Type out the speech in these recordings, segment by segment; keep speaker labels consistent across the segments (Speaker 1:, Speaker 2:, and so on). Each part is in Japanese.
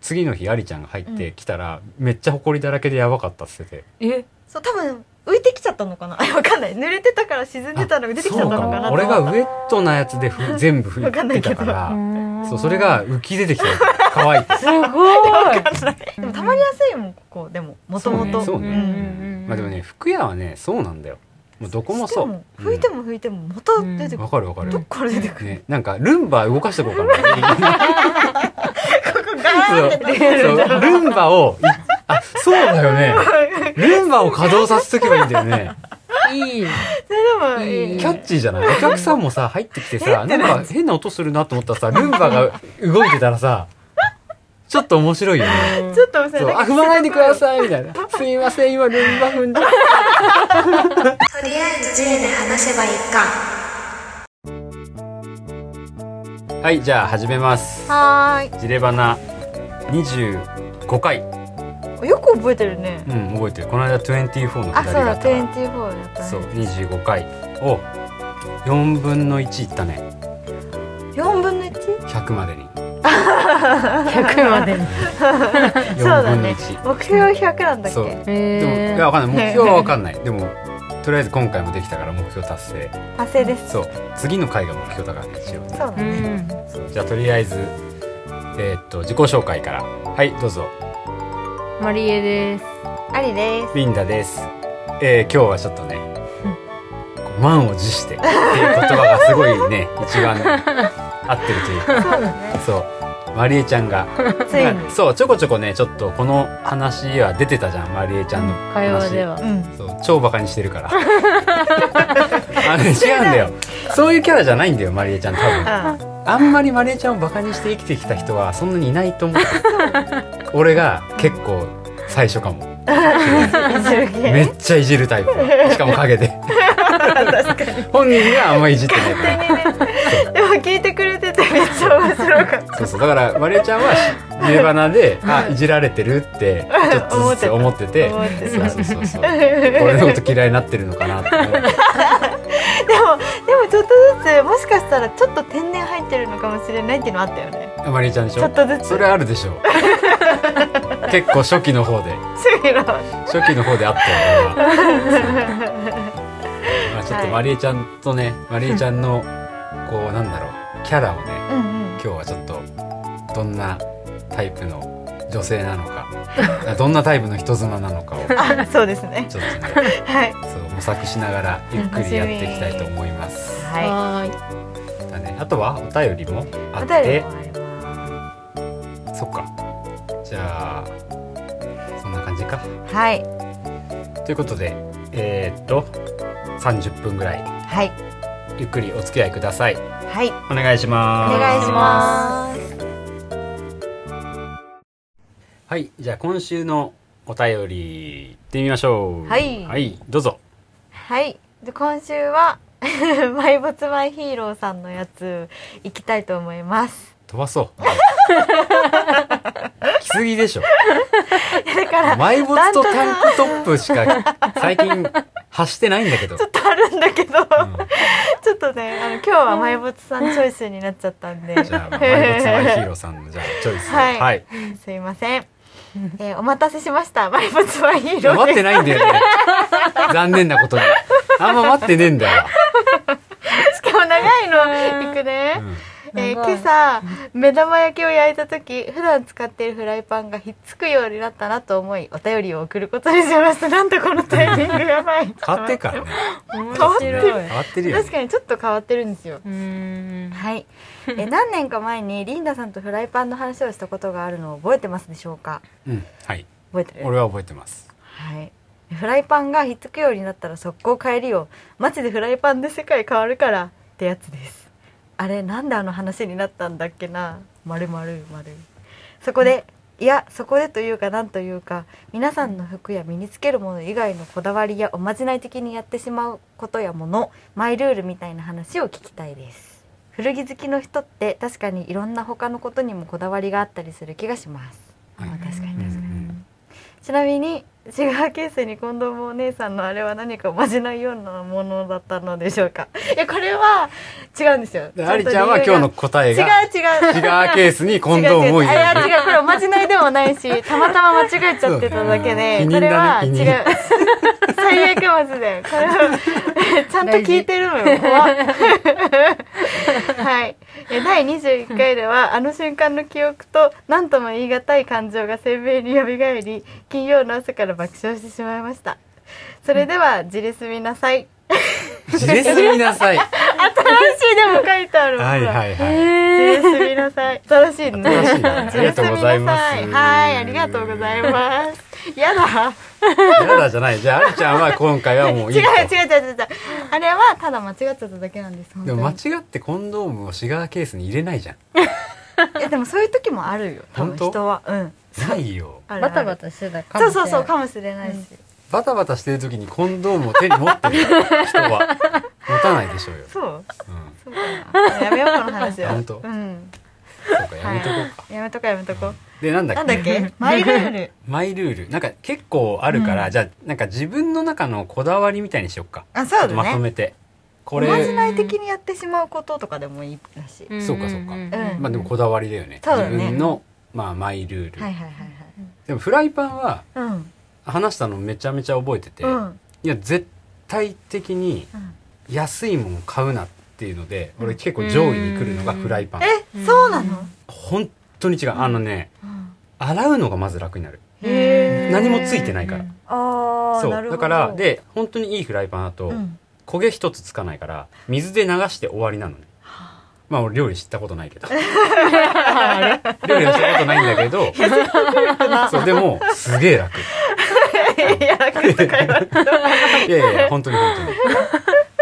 Speaker 1: 次の日ありちゃんが入ってきたら、めっちゃ埃だらけでやばかったっつってて
Speaker 2: え
Speaker 3: そう多分浮いてきちゃったのかな わかんない濡れてたから沈んでたのが出てきちゃったのかな
Speaker 1: そう俺
Speaker 3: と思った
Speaker 1: がウェットなやつで ふ全部拭
Speaker 3: わかんないい
Speaker 1: て
Speaker 3: けど
Speaker 1: たから
Speaker 2: ー
Speaker 1: そうそれが浮き出てきたの乾いて
Speaker 2: すごい
Speaker 3: でもたまりやすいもんここでももともと
Speaker 1: そうね
Speaker 3: ん
Speaker 1: まあでもね服屋はねそうなんだよもうどこも
Speaker 3: で
Speaker 1: そ
Speaker 3: も
Speaker 1: う
Speaker 3: 拭いても拭いてもまた出て
Speaker 1: うん
Speaker 3: く
Speaker 1: わ
Speaker 3: る、
Speaker 1: かるわかる
Speaker 3: どっから出てくる、
Speaker 1: ね、なんかルンバ動かしてこうか なそうそうルンバをいあそうだよね ルンバを稼働させとけばいいんだよね
Speaker 2: いい
Speaker 3: それでもいい
Speaker 1: キャッチーじゃないお客さんもさ入ってきてさなんか変な音するなと思ったらさルンバが動いてたらさちょっと面白いよね
Speaker 3: ちょっと面白い
Speaker 1: そうあ踏まないでくださいみたいな「すいません今ルンバ踏んじゃった
Speaker 4: とりあえず J で話せばいいか
Speaker 1: はいじゃあ始めます
Speaker 3: はー
Speaker 1: ジレバナ25回
Speaker 3: いよく覚えてるね
Speaker 1: うん覚えてるこの間24の
Speaker 3: あ
Speaker 1: 下
Speaker 3: そ
Speaker 1: り
Speaker 3: う
Speaker 1: だっ
Speaker 3: だ
Speaker 1: たから
Speaker 3: 24やったね
Speaker 1: そう25回を4分の1いったね
Speaker 3: 4分の 1?
Speaker 1: 100までに
Speaker 2: 100ま でに
Speaker 1: 4
Speaker 3: そうだ
Speaker 1: 分の
Speaker 3: ね
Speaker 1: 1
Speaker 3: 目標100なんだっ
Speaker 1: そう
Speaker 3: け
Speaker 1: でもい
Speaker 2: え
Speaker 1: や
Speaker 2: ー
Speaker 1: わかんない目標はわかんないでもとりあえず今回もできたから目標達成
Speaker 3: 発生です
Speaker 1: そう次の回が目標だからね一応
Speaker 3: そうだ
Speaker 2: う
Speaker 3: ね、
Speaker 2: ん
Speaker 1: そうじゃあとりあえずえーっと自己紹介からはいどうぞ
Speaker 2: マリエです
Speaker 3: ありで
Speaker 1: ウィンダですえー、今日はちょっとねこう満を持してっていう言葉がすごい ね一番合ってるというか
Speaker 3: すそうだね
Speaker 1: そうマリエちゃんが
Speaker 3: ついに
Speaker 1: そうちょこちょこねちょっとこの話は出てたじゃんマリエちゃんの話
Speaker 2: 会話では
Speaker 3: うん
Speaker 1: そう超バカにしてるから あのね違うんだよそういうキャラじゃないんだよマリエちゃん多分
Speaker 3: あ
Speaker 1: あんまりマリエちゃんをバカにして生きてきた人はそんなにいない と思う俺が結構最初かも
Speaker 3: あすげ
Speaker 1: め
Speaker 3: え
Speaker 1: っちゃいじるタイプしかも陰で本人があんまいじってないから
Speaker 3: でも聞いてくれててめっちゃ面白かっ
Speaker 1: そうそうだからマリエちゃんは入れ花であいじられてるってちょっとずつ思ってて
Speaker 3: た思って
Speaker 1: そう
Speaker 3: た
Speaker 1: そうそうそう俺のこと嫌いになってるのかなって思う
Speaker 3: でもでもちょっとずつもしかしたらちょっと天然入ってるのかもしれないっていうのあったよね
Speaker 1: あマリーちゃんでしょ
Speaker 3: ちょっとずつ
Speaker 1: それあるでしょう結構初期の方で
Speaker 3: 次の
Speaker 1: 初期の方であった よ俺はそうまあちょっとマリーちゃんとね、マリーちゃんのこうなんだろうキャラをね
Speaker 3: うんうん
Speaker 1: 今日はちょっとどんなタイプの女性なの かどんなタイプの人妻なのかをちょっ
Speaker 3: あそうですね
Speaker 1: とね
Speaker 3: はい
Speaker 1: そう模索しながらゆっくりやっていきたいと思います。
Speaker 3: は
Speaker 2: はーい
Speaker 1: だね、あとはお便りも
Speaker 3: い
Speaker 1: あ
Speaker 3: お
Speaker 1: っ
Speaker 3: 便り
Speaker 1: て
Speaker 3: もありま
Speaker 1: そっかじゃあそんな感じか。
Speaker 3: すはい
Speaker 1: ということでえーっと30分ぐらい
Speaker 3: はい
Speaker 1: ゆっくりお付き合いください
Speaker 3: はい
Speaker 1: お願いしま
Speaker 3: お
Speaker 1: す
Speaker 3: 願いします
Speaker 1: はいじゃあ今週のお便りいってみましょう
Speaker 3: はい
Speaker 1: どうぞ
Speaker 3: はいで今週は マイボツマイヒーローさんのやつ行きたいと思います
Speaker 1: 飛ば そう来すぎでしょ
Speaker 3: だから
Speaker 1: 埋没とタンクトップしか 最近発してないんだけど
Speaker 3: ちょっとあるんだけど、
Speaker 1: ん
Speaker 3: ちょっとねあの今日は埋没さんチョイスになっちゃったんで
Speaker 1: じゃあ埋没マイヒーローさんのじゃあチョイスを
Speaker 3: はい
Speaker 1: はい、
Speaker 3: すいません。えーお待たせしました。埋没マイヒーロー
Speaker 1: 待
Speaker 3: で
Speaker 1: ってないんだ よね残念なことにあんま待ってねえんだよ、
Speaker 3: す。しかも長いの。いくね
Speaker 1: う。ん
Speaker 3: えー
Speaker 2: 長い
Speaker 3: 今朝、目玉焼きを焼いた時普段使っているフライパンがひっつくようになったなと思い、お便りを送ることにしました。 なんでこのタイミングやばい。
Speaker 1: 変わってっからね
Speaker 2: 面
Speaker 3: 変わって
Speaker 1: 変
Speaker 3: る
Speaker 2: 白い
Speaker 1: わってるよね
Speaker 3: 確かにちょっと変わってるんですよ。
Speaker 2: うーん
Speaker 3: はい。えー何年か前にリンダさんとフライパンの話をしたことがあるのを覚えてますでしょうか
Speaker 1: うん、はい。
Speaker 3: 覚えてる
Speaker 1: 俺は覚えてます。
Speaker 3: はい。フライパンがひっつくようになったら速攻帰りよ。マジでフライパンで世界変わるからってやつです。あれなんであの話になったんだっけな。まるまるまる。そこで、いやそこでというかなんというか皆さんの服や身につけるもの以外のこだわりやおまじない的にやってしまうことやものマイルールみたいな話を聞きたいです古着好きの人って確かにいろんな他のことにもこだわりがあったりする気がします、
Speaker 1: はい
Speaker 3: まあ確かに
Speaker 1: うん
Speaker 3: 確かに
Speaker 1: うん
Speaker 3: ちなみにシガーケースに近藤もお姉さんのあれは何かまじないようなものだったのでしょうかいやこれは違うんですよ
Speaker 1: でアリちゃんは今日の答え
Speaker 3: 違う
Speaker 1: が
Speaker 3: 違う
Speaker 1: シガーケースにコンドームを
Speaker 3: 違う違う
Speaker 1: 入
Speaker 3: あい
Speaker 1: れ
Speaker 3: や
Speaker 1: る
Speaker 3: 違うこれおまじないでもな いしたまたま間違えちゃってただけで
Speaker 1: そう
Speaker 3: これは
Speaker 1: 否
Speaker 3: 違
Speaker 1: 認だね
Speaker 3: う 最悪マジでこれはちゃんと聞いてるのよ怖っはいえ第21回ではあの瞬間の記憶と何とも言い難い感情が鮮明に蘇り金曜の朝から爆笑してしまいましたそれでは自立みなさい
Speaker 1: じれすみなさいは
Speaker 3: 新しいでも書いてある
Speaker 1: い
Speaker 3: もん
Speaker 1: はいはい
Speaker 3: 自立みなさい新しいね
Speaker 1: 新しいなありがとうございます
Speaker 3: おやすみなさいはい、ありがとうございます。やだ。
Speaker 1: やだじゃないじゃあアリちゃんは今回はもういい
Speaker 3: 違う違う違う違
Speaker 1: と
Speaker 3: う違う。あれはただ間違っちゃっただけなんです。本
Speaker 1: で
Speaker 3: 当に
Speaker 1: も間違ってコンドームをシガーケースに入れないじゃん
Speaker 3: いやでもそういう時もあるよ。多分
Speaker 1: 本当
Speaker 3: 人は、うん。
Speaker 1: ないよ
Speaker 3: あるある
Speaker 2: バタバ。タしてたか
Speaker 3: そ
Speaker 2: も
Speaker 3: う
Speaker 2: しれ
Speaker 3: そうそ
Speaker 2: ない
Speaker 3: うかもしれないし。
Speaker 1: バタバタしてる時にコンドームを手に持ってる人は持たないでしょうよ、
Speaker 3: そう。
Speaker 1: うん、
Speaker 3: そうかな。やめようこの話は。
Speaker 1: 本当
Speaker 3: うん。
Speaker 1: そうかやめとこうか、
Speaker 3: はい。やめとこうやめとこう。
Speaker 1: でなんだっ
Speaker 3: な
Speaker 1: け
Speaker 3: んだっけ？ マイルール。
Speaker 1: マイルールなんか結構あるから、じゃあなんか自分の中のこだわりみたいにしよっか
Speaker 3: あそう
Speaker 1: ちょっと
Speaker 3: だ
Speaker 1: まと
Speaker 3: ね。
Speaker 1: めてこ
Speaker 3: おま
Speaker 1: れ
Speaker 3: じない的にやってしまうこととかでもいいらしい。
Speaker 2: ん
Speaker 1: そうかそうか
Speaker 3: う
Speaker 2: ん
Speaker 3: ん
Speaker 1: まあでもこだわりだよね
Speaker 3: そうだね
Speaker 1: 自分の、まあ、マイルール、
Speaker 3: はいはいはい
Speaker 1: でもフライパンは
Speaker 3: はい。うん。
Speaker 1: 話したのめちゃめちゃ覚えてて、
Speaker 3: うん。
Speaker 1: いや絶対的に
Speaker 3: うん
Speaker 1: 安いもの買うなっていうので俺結構上位に来るのがフライパン、
Speaker 3: え、そうなの？
Speaker 1: 本当に違うあのね
Speaker 3: うん
Speaker 1: 洗うのがまず楽になる
Speaker 3: へー
Speaker 1: 何もついてないから、
Speaker 3: ああ、
Speaker 1: そ
Speaker 3: なる
Speaker 1: うだ
Speaker 3: ほど。
Speaker 1: から、で本当にいいフライパンだと、
Speaker 3: うん、
Speaker 1: 焦げ一つつかないから水で流して終わりなのねまあ俺料理知ったことないけど料理はしたことないんだけどそうでもすげえ楽
Speaker 3: いや、楽とか言われて
Speaker 1: いやいや本当に本当に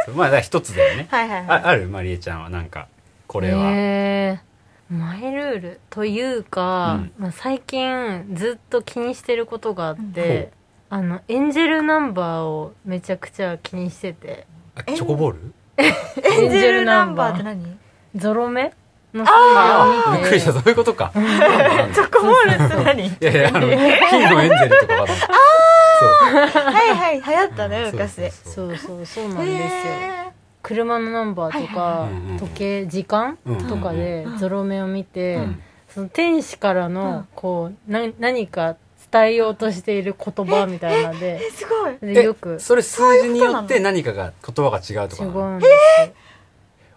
Speaker 1: そうまあだから一つだよね
Speaker 3: はいはい
Speaker 1: あ
Speaker 3: はい。
Speaker 1: あるマリエちゃんはなんかこれは、
Speaker 2: へーマイルールというか、
Speaker 1: うん
Speaker 2: まあ、最近ずっと気にしてることがあって、あのエンジェルナンバーをめちゃくちゃ気にしてて
Speaker 1: あチョコボール
Speaker 3: エンジェルナンバーって
Speaker 2: エンジェルナンバ
Speaker 3: 何
Speaker 2: ゾロ目のシーンを
Speaker 1: び
Speaker 2: 見
Speaker 1: ってくりしたそういうことか
Speaker 3: チョコボールって何
Speaker 1: いやいやあの金のエンゼルとかかと思った
Speaker 3: はいはい、流行った
Speaker 1: そ
Speaker 3: ね、
Speaker 1: う
Speaker 3: 昔。へ
Speaker 1: そう
Speaker 2: そうそうそうなんですよ
Speaker 3: え。
Speaker 2: 車のナンバーとか、
Speaker 1: いはいうんうんうん
Speaker 2: 時計時間
Speaker 1: うん
Speaker 2: とかで
Speaker 3: うん
Speaker 2: ゾロ目を見て、
Speaker 1: うん
Speaker 2: その天使から
Speaker 3: う
Speaker 2: の
Speaker 3: ん
Speaker 2: こうな何か伝えようとしている言葉みたいなので
Speaker 3: え、すごい。
Speaker 2: でよく
Speaker 1: えそれ数字によって何かが言葉が違うと
Speaker 2: 違
Speaker 1: かなの
Speaker 2: うんですよ。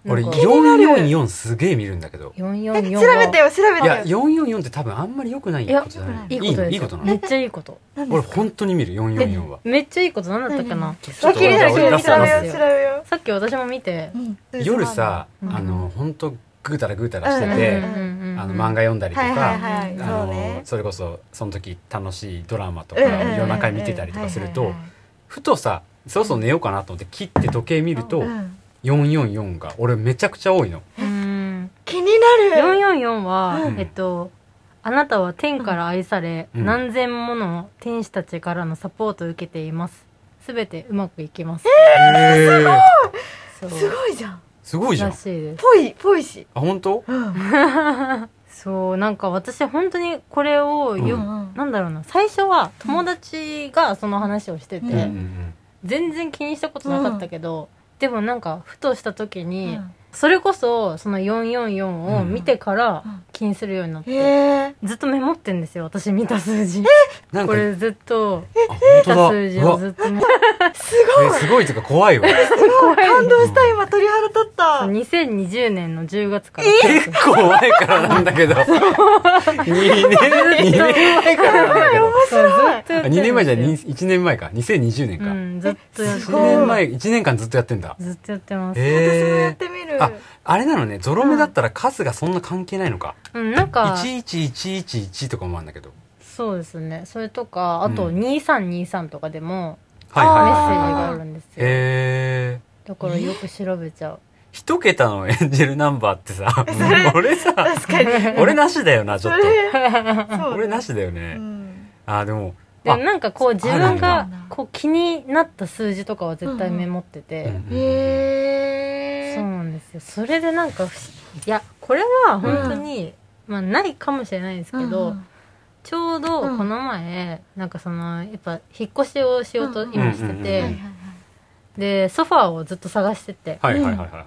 Speaker 1: 俺
Speaker 2: なんか
Speaker 1: 444すげえ見るんだけど
Speaker 3: え
Speaker 2: 444
Speaker 3: 調
Speaker 2: は
Speaker 3: べてよ、調べ
Speaker 1: いや
Speaker 3: てよ。
Speaker 1: 444って多分あんまり良くない
Speaker 2: いや
Speaker 1: ことじゃない
Speaker 2: いい
Speaker 1: い
Speaker 2: こ
Speaker 1: い
Speaker 2: と
Speaker 1: の
Speaker 2: です
Speaker 1: い
Speaker 2: よ
Speaker 1: いことな
Speaker 2: めっ
Speaker 1: の
Speaker 2: ちゃいいこと
Speaker 3: 何で
Speaker 1: 俺
Speaker 3: すか
Speaker 1: 本当に見る444は
Speaker 2: めっちゃいいこと何だったかな
Speaker 1: ちょっ
Speaker 3: あ
Speaker 1: と
Speaker 3: 気になる、気にな
Speaker 1: 俺
Speaker 3: る、調べよ
Speaker 1: 出
Speaker 3: う、
Speaker 1: す
Speaker 3: 調べよ
Speaker 2: さっき私も見て
Speaker 3: ううん。
Speaker 1: 夜さ
Speaker 2: うん
Speaker 1: あの本当ぐうたらぐうたらし
Speaker 2: う
Speaker 1: て
Speaker 2: んうん
Speaker 1: て
Speaker 2: うんうん
Speaker 1: あの漫画読んだりと
Speaker 3: はいはい
Speaker 1: か
Speaker 3: はい、
Speaker 1: あ
Speaker 3: そう
Speaker 1: の
Speaker 3: ね。
Speaker 1: それこそその時楽しいドラマとか
Speaker 3: うんうんうんうん
Speaker 1: 夜中見てたりとかする
Speaker 3: はい
Speaker 1: と
Speaker 3: はいはい
Speaker 1: ふとさそろそろ寝ようかなと思って切って時計見ると
Speaker 3: うん
Speaker 1: 444が俺めちゃくちゃ多いの
Speaker 2: うん
Speaker 3: 気になる。
Speaker 2: 444は、
Speaker 1: うん
Speaker 2: えっとあなたは天から愛され、
Speaker 1: うん
Speaker 2: 何千もの天使たちからのサポートを受けていますすべてうまくいきます、
Speaker 1: へー
Speaker 2: そう
Speaker 3: すごいじゃん。
Speaker 1: すごいじゃ
Speaker 2: ら
Speaker 1: ん
Speaker 2: しいです
Speaker 3: ぽい、ぽいし。
Speaker 1: あ本当
Speaker 3: うん。
Speaker 2: そうなんか私本当にこれをよ、
Speaker 1: う
Speaker 2: なんだろうな最初は友達がその話をしてて、
Speaker 3: う
Speaker 1: うんうんうん
Speaker 2: 全然気にしたことなかったけど、でもなんかふとした時に、
Speaker 3: うん
Speaker 2: それこそその444を見てから気にするようになって、
Speaker 3: へえ。
Speaker 2: ずっとメモってんですよ私見た数字
Speaker 1: なん
Speaker 2: こ
Speaker 1: か
Speaker 2: れずっと
Speaker 1: あ
Speaker 2: 見
Speaker 1: 本当
Speaker 2: た
Speaker 1: だ
Speaker 2: 数字
Speaker 1: うわ
Speaker 2: をずっともう
Speaker 1: えすごいとか怖いわ
Speaker 3: 感動した、今、鳥肌立った。
Speaker 2: 2020年の10月から
Speaker 1: 結構前からなんだ けど2年二年前からなんだけど
Speaker 2: そうずっとやってるん
Speaker 1: あ
Speaker 2: です
Speaker 1: 2
Speaker 2: よ
Speaker 1: 年前じゃない1年前か2020年
Speaker 2: う
Speaker 1: か、
Speaker 2: んずっとやっ
Speaker 1: 一
Speaker 2: て
Speaker 3: すごい
Speaker 2: る
Speaker 1: 年前1年間ずっとやってんだ
Speaker 2: ずっとやってます、
Speaker 3: 私もやっ
Speaker 1: へえ
Speaker 3: てみる。
Speaker 1: ああれなのねゾロ目だったら数がそんな関係ないのか、
Speaker 2: うんなんか
Speaker 1: 11111とかもあるんだけど
Speaker 2: そうですねそれとかあと
Speaker 1: うん
Speaker 2: 2323とかでも
Speaker 1: はい
Speaker 2: メッ
Speaker 1: はい
Speaker 2: セ
Speaker 1: はい
Speaker 2: ー
Speaker 1: はい
Speaker 2: ジが
Speaker 1: は
Speaker 2: あ
Speaker 1: い
Speaker 2: るんですよ
Speaker 1: へえ
Speaker 2: だからよく調べちゃう
Speaker 1: 一桁のエンジェルナンバーって さ俺さ
Speaker 3: 確かに。
Speaker 1: 俺なしだよなちょっ
Speaker 3: それ
Speaker 1: と
Speaker 3: そう
Speaker 1: 俺なしだよ
Speaker 3: う
Speaker 1: ね、
Speaker 3: ん
Speaker 1: あーでも
Speaker 2: でもなんかこう自分
Speaker 1: あ
Speaker 2: が
Speaker 3: るんだ
Speaker 2: こう気になった数字とかは絶対メモってて、
Speaker 1: うんうん
Speaker 3: へ
Speaker 2: そう
Speaker 3: ー
Speaker 2: なんですよそれでなんか不思いやこれは本当に、まあないかもしれないですけ
Speaker 3: う
Speaker 2: ど、
Speaker 3: ん
Speaker 2: ちょうどこの前、なんかそのやっぱ引っ越しをしようと今してて、
Speaker 1: うんうんうん
Speaker 2: でソファーをずっと探してて、
Speaker 1: はいはいはいはいは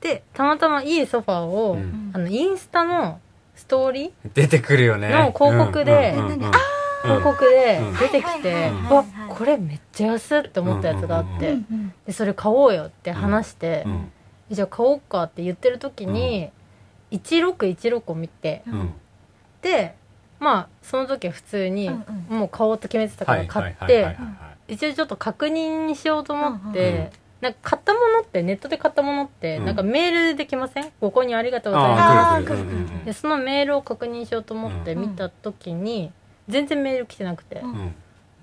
Speaker 2: でたまたまいいソファーを、
Speaker 1: い、うん
Speaker 3: ん
Speaker 2: あのインスタのストーリー
Speaker 1: 出てくるよね
Speaker 2: の広告で
Speaker 1: あ
Speaker 2: 広告で
Speaker 1: うん
Speaker 2: 出てきて、
Speaker 1: うん
Speaker 2: うわこれめっちゃ安いって思ったやつがあって、
Speaker 1: うん
Speaker 2: でそれ買おうよって話して、
Speaker 1: うん
Speaker 2: じゃあ買おうかって言ってる時に、1616を見て
Speaker 1: うん
Speaker 2: でまあその時は普通に、
Speaker 3: うんうん
Speaker 2: もう買おうと決めてたから買っ
Speaker 1: はいはいはいはい
Speaker 2: て
Speaker 1: はい
Speaker 2: 一応ちょっと確認にしようと思って。
Speaker 1: うんうん
Speaker 2: なんか買ったものってネットで買ったものって、
Speaker 1: うん
Speaker 2: なんかメールでできませんご購入ありがとうございます
Speaker 1: あー
Speaker 3: あー
Speaker 1: 来る来るうんうん
Speaker 2: でそのメールを確認しようと思って見た時に、全然メール来てなくて、
Speaker 3: うん
Speaker 1: うん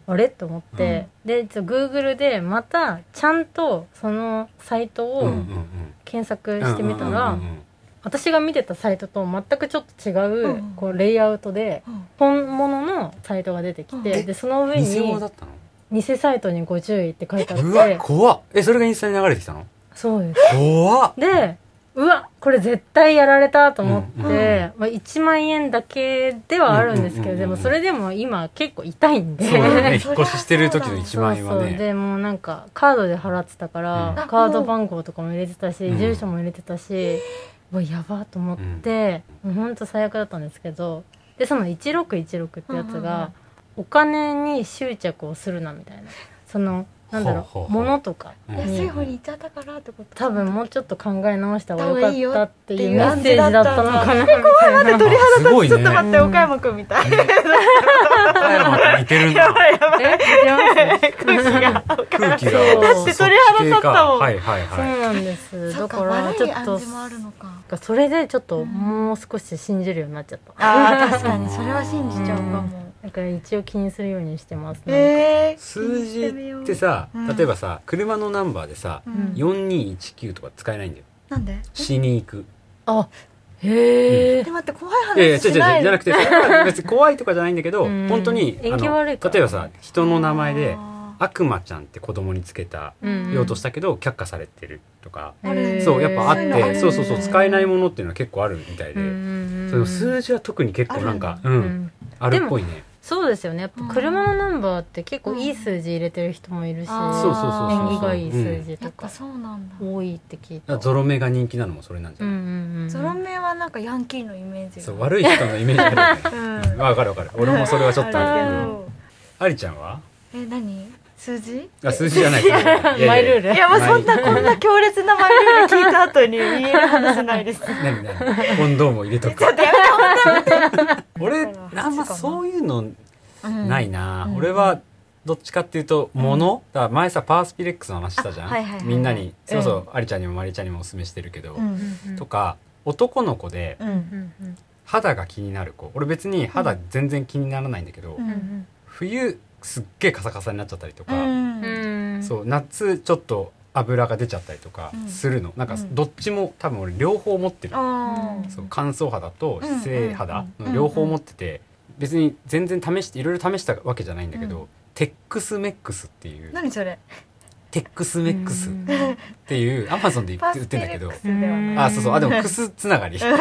Speaker 2: あれと思って、でちょっと Google でまたちゃんとそのサイト
Speaker 1: うんう
Speaker 2: を
Speaker 1: ん
Speaker 2: 検索してみたら、
Speaker 1: うんうん
Speaker 2: 私が見てたサイトと全くちょっと違う,、
Speaker 3: うん
Speaker 2: こうレイアウトで本物のサイトが出てきて、
Speaker 1: うん
Speaker 2: でその
Speaker 1: うん
Speaker 2: 上
Speaker 1: うん
Speaker 2: に
Speaker 1: 偽物だったの
Speaker 2: 偽サイトにご注意って書いてあっ
Speaker 1: うわ
Speaker 2: て
Speaker 1: 怖っえそれがインスタに流れてきたの
Speaker 2: そうです
Speaker 1: 怖 っ
Speaker 2: でうわこれ絶対やられたと思って、
Speaker 1: うん
Speaker 3: うん
Speaker 2: まあ、1万円だけではあるんです
Speaker 1: う
Speaker 2: けど、
Speaker 1: んうんうんうん
Speaker 2: でもそれでも今結構痛いんで
Speaker 1: そうだよね
Speaker 3: そ
Speaker 1: 引っ
Speaker 3: りゃ
Speaker 1: 越ししてる時の1万円は
Speaker 2: そうそう
Speaker 1: ね
Speaker 2: でもうなんかカードで払ってたから、
Speaker 1: うん
Speaker 2: カード番号とかも入れてたし、
Speaker 1: うん
Speaker 2: 住所も入れてたし、うわやばと思って、もうほんと最悪だったんですけどでその1616ってやつが、お金に執着をするなみたいなそのなんだろう
Speaker 1: ほうほうほう
Speaker 2: 物とか
Speaker 1: うん
Speaker 3: 安
Speaker 2: に
Speaker 3: い方に行っちゃったからってこと
Speaker 2: 多分もうちょっと考え直した方がよかったっていうメ
Speaker 3: 多
Speaker 2: ッ
Speaker 3: 分いい
Speaker 2: セ
Speaker 3: よ
Speaker 2: ー
Speaker 3: っていう
Speaker 2: ジだったのかなみたいな。
Speaker 1: 鳥肌すごい
Speaker 3: ち
Speaker 1: ね
Speaker 3: ょっと待って岡山くんみたい
Speaker 1: 岡山と似てるな
Speaker 2: え違いますね
Speaker 3: 空気が
Speaker 1: 空気が
Speaker 2: だって
Speaker 3: それ腹立ったもん
Speaker 1: はいはい
Speaker 2: そう
Speaker 1: はい
Speaker 2: なんです。
Speaker 3: そ
Speaker 2: だ
Speaker 3: っ
Speaker 2: か
Speaker 3: から悪
Speaker 2: ちょ
Speaker 3: い
Speaker 2: っ
Speaker 3: 暗
Speaker 2: と
Speaker 3: 示もあるのか
Speaker 2: それでちょっともう少し信じるようになっちゃった。
Speaker 3: あー確かにそれは信じちゃうかも
Speaker 2: だから一応気にするようにしてますね。
Speaker 3: えー
Speaker 1: 数字ってさ
Speaker 3: うん
Speaker 1: 例えばさ車のナンバーでさ
Speaker 3: うん
Speaker 1: 4219とか使えないんだよ
Speaker 3: なんで
Speaker 1: 死に行く
Speaker 2: あ、へえ
Speaker 3: え。待って怖い
Speaker 1: いやいや違う違
Speaker 3: 話
Speaker 1: う
Speaker 3: し
Speaker 1: じ
Speaker 3: ない
Speaker 1: ゃなくてそれ は別に怖いとかじゃないんだけど
Speaker 2: うん
Speaker 1: 本当にあ
Speaker 2: 縁起
Speaker 1: の
Speaker 2: 悪いから
Speaker 1: 例えばさ人の名前で
Speaker 3: あー
Speaker 1: 悪魔ちゃんって子供につけた
Speaker 2: うん
Speaker 1: ようとしたけど却下されてるとか
Speaker 3: ある
Speaker 1: そうやっぱあっ
Speaker 3: そういうのあ
Speaker 1: て
Speaker 3: る
Speaker 1: そうそうそう使えないものっていうのは結構あるみたい
Speaker 2: う
Speaker 1: で
Speaker 2: んうんうん
Speaker 1: その数字は特に結構なんかう
Speaker 2: うんん
Speaker 1: あるっぽいね
Speaker 2: そうですよね。やっぱ車のナンバーって結構いい数字入れてる人もいるし、
Speaker 3: うん
Speaker 2: 縁
Speaker 3: あー
Speaker 1: そうそうそうそう
Speaker 2: 起がいい数字
Speaker 3: や
Speaker 2: と
Speaker 3: っぱ
Speaker 2: か
Speaker 3: そうなんだ
Speaker 2: 多いって聞い
Speaker 1: うん
Speaker 2: た。
Speaker 1: ゾロ目が人気なのもそれなんじ
Speaker 2: う
Speaker 1: ゃ
Speaker 2: んう
Speaker 1: ない
Speaker 2: んうん。
Speaker 3: ゾロ目はなんかヤンキーのイメージが
Speaker 1: そう悪い人のイメージあるよね
Speaker 3: うん
Speaker 1: うんわかるわかる俺もそれはちょっとあ
Speaker 3: あ
Speaker 1: る
Speaker 3: る
Speaker 1: う
Speaker 3: け
Speaker 1: ん
Speaker 3: ど
Speaker 1: ありちゃんは
Speaker 3: え何数字
Speaker 1: あ数字じゃない数字いやいやいや
Speaker 2: マイルール
Speaker 3: いやまあ
Speaker 1: ない
Speaker 3: そんなこんな強烈なマイルール聞いた後に言える話ないですちょっ
Speaker 1: 何何コンドームを入れと く
Speaker 3: とやめてほ
Speaker 1: 俺
Speaker 3: だから
Speaker 1: あんまそういうの
Speaker 3: しいうん
Speaker 1: ないな、
Speaker 3: うん
Speaker 1: 俺はどっちかっていうと物、だから前さパースピレックスの話したじゃん、
Speaker 3: あはいはいはい
Speaker 1: みんなにそれこそありちゃんにもまりちゃんにもおすすめしてるけど、
Speaker 3: うん
Speaker 2: うんうん
Speaker 1: とか男の子で
Speaker 3: うん
Speaker 2: うん
Speaker 1: 肌が気になる子俺別に肌全然気にならないんだけど、
Speaker 3: う
Speaker 2: うん
Speaker 3: ん
Speaker 1: 冬すっげえカサカサになっちゃったりと
Speaker 3: う
Speaker 1: か、
Speaker 3: ん
Speaker 2: うんうん。
Speaker 1: そう夏ちょっと脂が出ちゃったりとかするの、なんか
Speaker 3: うん
Speaker 1: どっちも多分俺両方持ってる、
Speaker 3: あー
Speaker 1: そう乾燥肌と
Speaker 3: うん
Speaker 1: 湿性肌の両方持ってて、別に全然試していろいろ試したわけじゃないんだけど、
Speaker 3: う
Speaker 1: テックスメックスっていう
Speaker 3: 何それ
Speaker 1: テックスメックスっていうアマゾンで
Speaker 3: パ
Speaker 1: 売
Speaker 3: ス
Speaker 1: っ
Speaker 3: テ
Speaker 1: てん
Speaker 3: レ
Speaker 1: だけ
Speaker 3: ッ
Speaker 1: ど
Speaker 3: クスではない
Speaker 1: あそうそうあでもクスつながりそう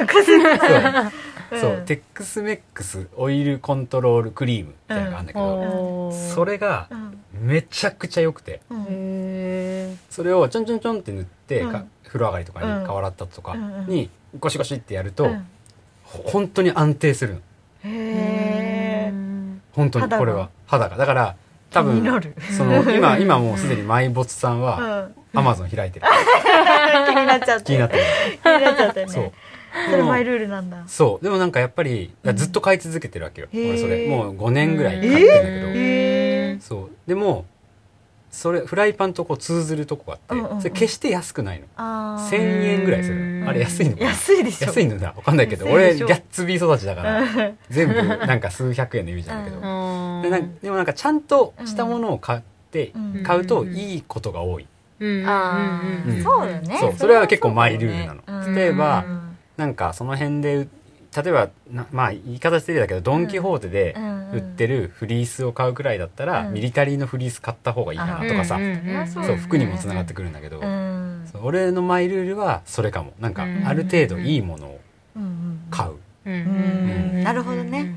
Speaker 1: そうテックスメックスオイルコントロールクリームみたいなのがあるんだけど、
Speaker 2: おー
Speaker 1: それが
Speaker 3: うん
Speaker 1: めちゃくちゃ良くて
Speaker 3: うんうん
Speaker 2: へ
Speaker 1: それをちょんちょんちょんって塗って、
Speaker 3: うん
Speaker 1: か風呂上がりとか
Speaker 3: うん
Speaker 1: に顔洗った後とか
Speaker 3: うんうん
Speaker 1: にゴシゴシってやると、
Speaker 3: うん
Speaker 1: ほ本当に安定するの
Speaker 3: へー
Speaker 1: 本当に
Speaker 3: 肌が
Speaker 1: これは肌がだから多
Speaker 3: 気にな
Speaker 1: 分
Speaker 3: る
Speaker 1: その今今もうすでにマイボツさん
Speaker 3: う
Speaker 1: は
Speaker 3: ん
Speaker 1: アマゾン開いてる
Speaker 3: 気になっちゃって
Speaker 1: 気になってる
Speaker 3: 気になっちゃってね
Speaker 1: そう
Speaker 3: それマイルールなんだ
Speaker 1: そうでもなんかやっぱりいやずっと買い続けてるわけよ
Speaker 3: へー
Speaker 1: 俺それもう5年ぐらい買ってるんだけど、
Speaker 3: へー
Speaker 1: そうでもそれフライパンとこう通ずるとこがあ
Speaker 3: うんうんう
Speaker 1: っ
Speaker 3: ん
Speaker 1: てそれ決して安くないの
Speaker 3: あー
Speaker 1: 1000円ぐらいする
Speaker 2: うん
Speaker 1: のあれ安いのかな
Speaker 3: 安いでしょ
Speaker 1: 安いのだわかんないけど
Speaker 3: 安い
Speaker 1: 俺
Speaker 3: でし
Speaker 1: ギ
Speaker 3: ょ
Speaker 1: ャッツビー育ちだから全部なんか数百円のイメージなんだけど、でなんでもなんかちゃんとしたものを買って、
Speaker 3: うん
Speaker 1: 買うといいことが多い、
Speaker 3: あー
Speaker 1: うん
Speaker 3: そうだね
Speaker 1: そうそれは結構マイルールなの、
Speaker 3: うん
Speaker 1: 例えば、
Speaker 2: うん
Speaker 1: なんかその辺でう例えばなまあ言い方してるだけどドン・キホーテで売って
Speaker 3: る
Speaker 1: るフリースを買うくらいだったら、
Speaker 3: うん
Speaker 1: ミリタリーのフリース買った方がいいかなとかさ、
Speaker 2: うんうんうん
Speaker 3: そ
Speaker 1: そう
Speaker 3: うん
Speaker 1: 服にもつながってくるんだけど、
Speaker 3: うん
Speaker 1: そう俺のマイルールはそれかもなんか
Speaker 2: うん
Speaker 1: ある程度いいものを
Speaker 3: うんうん
Speaker 1: 買う、
Speaker 2: うん
Speaker 3: うんなるほどね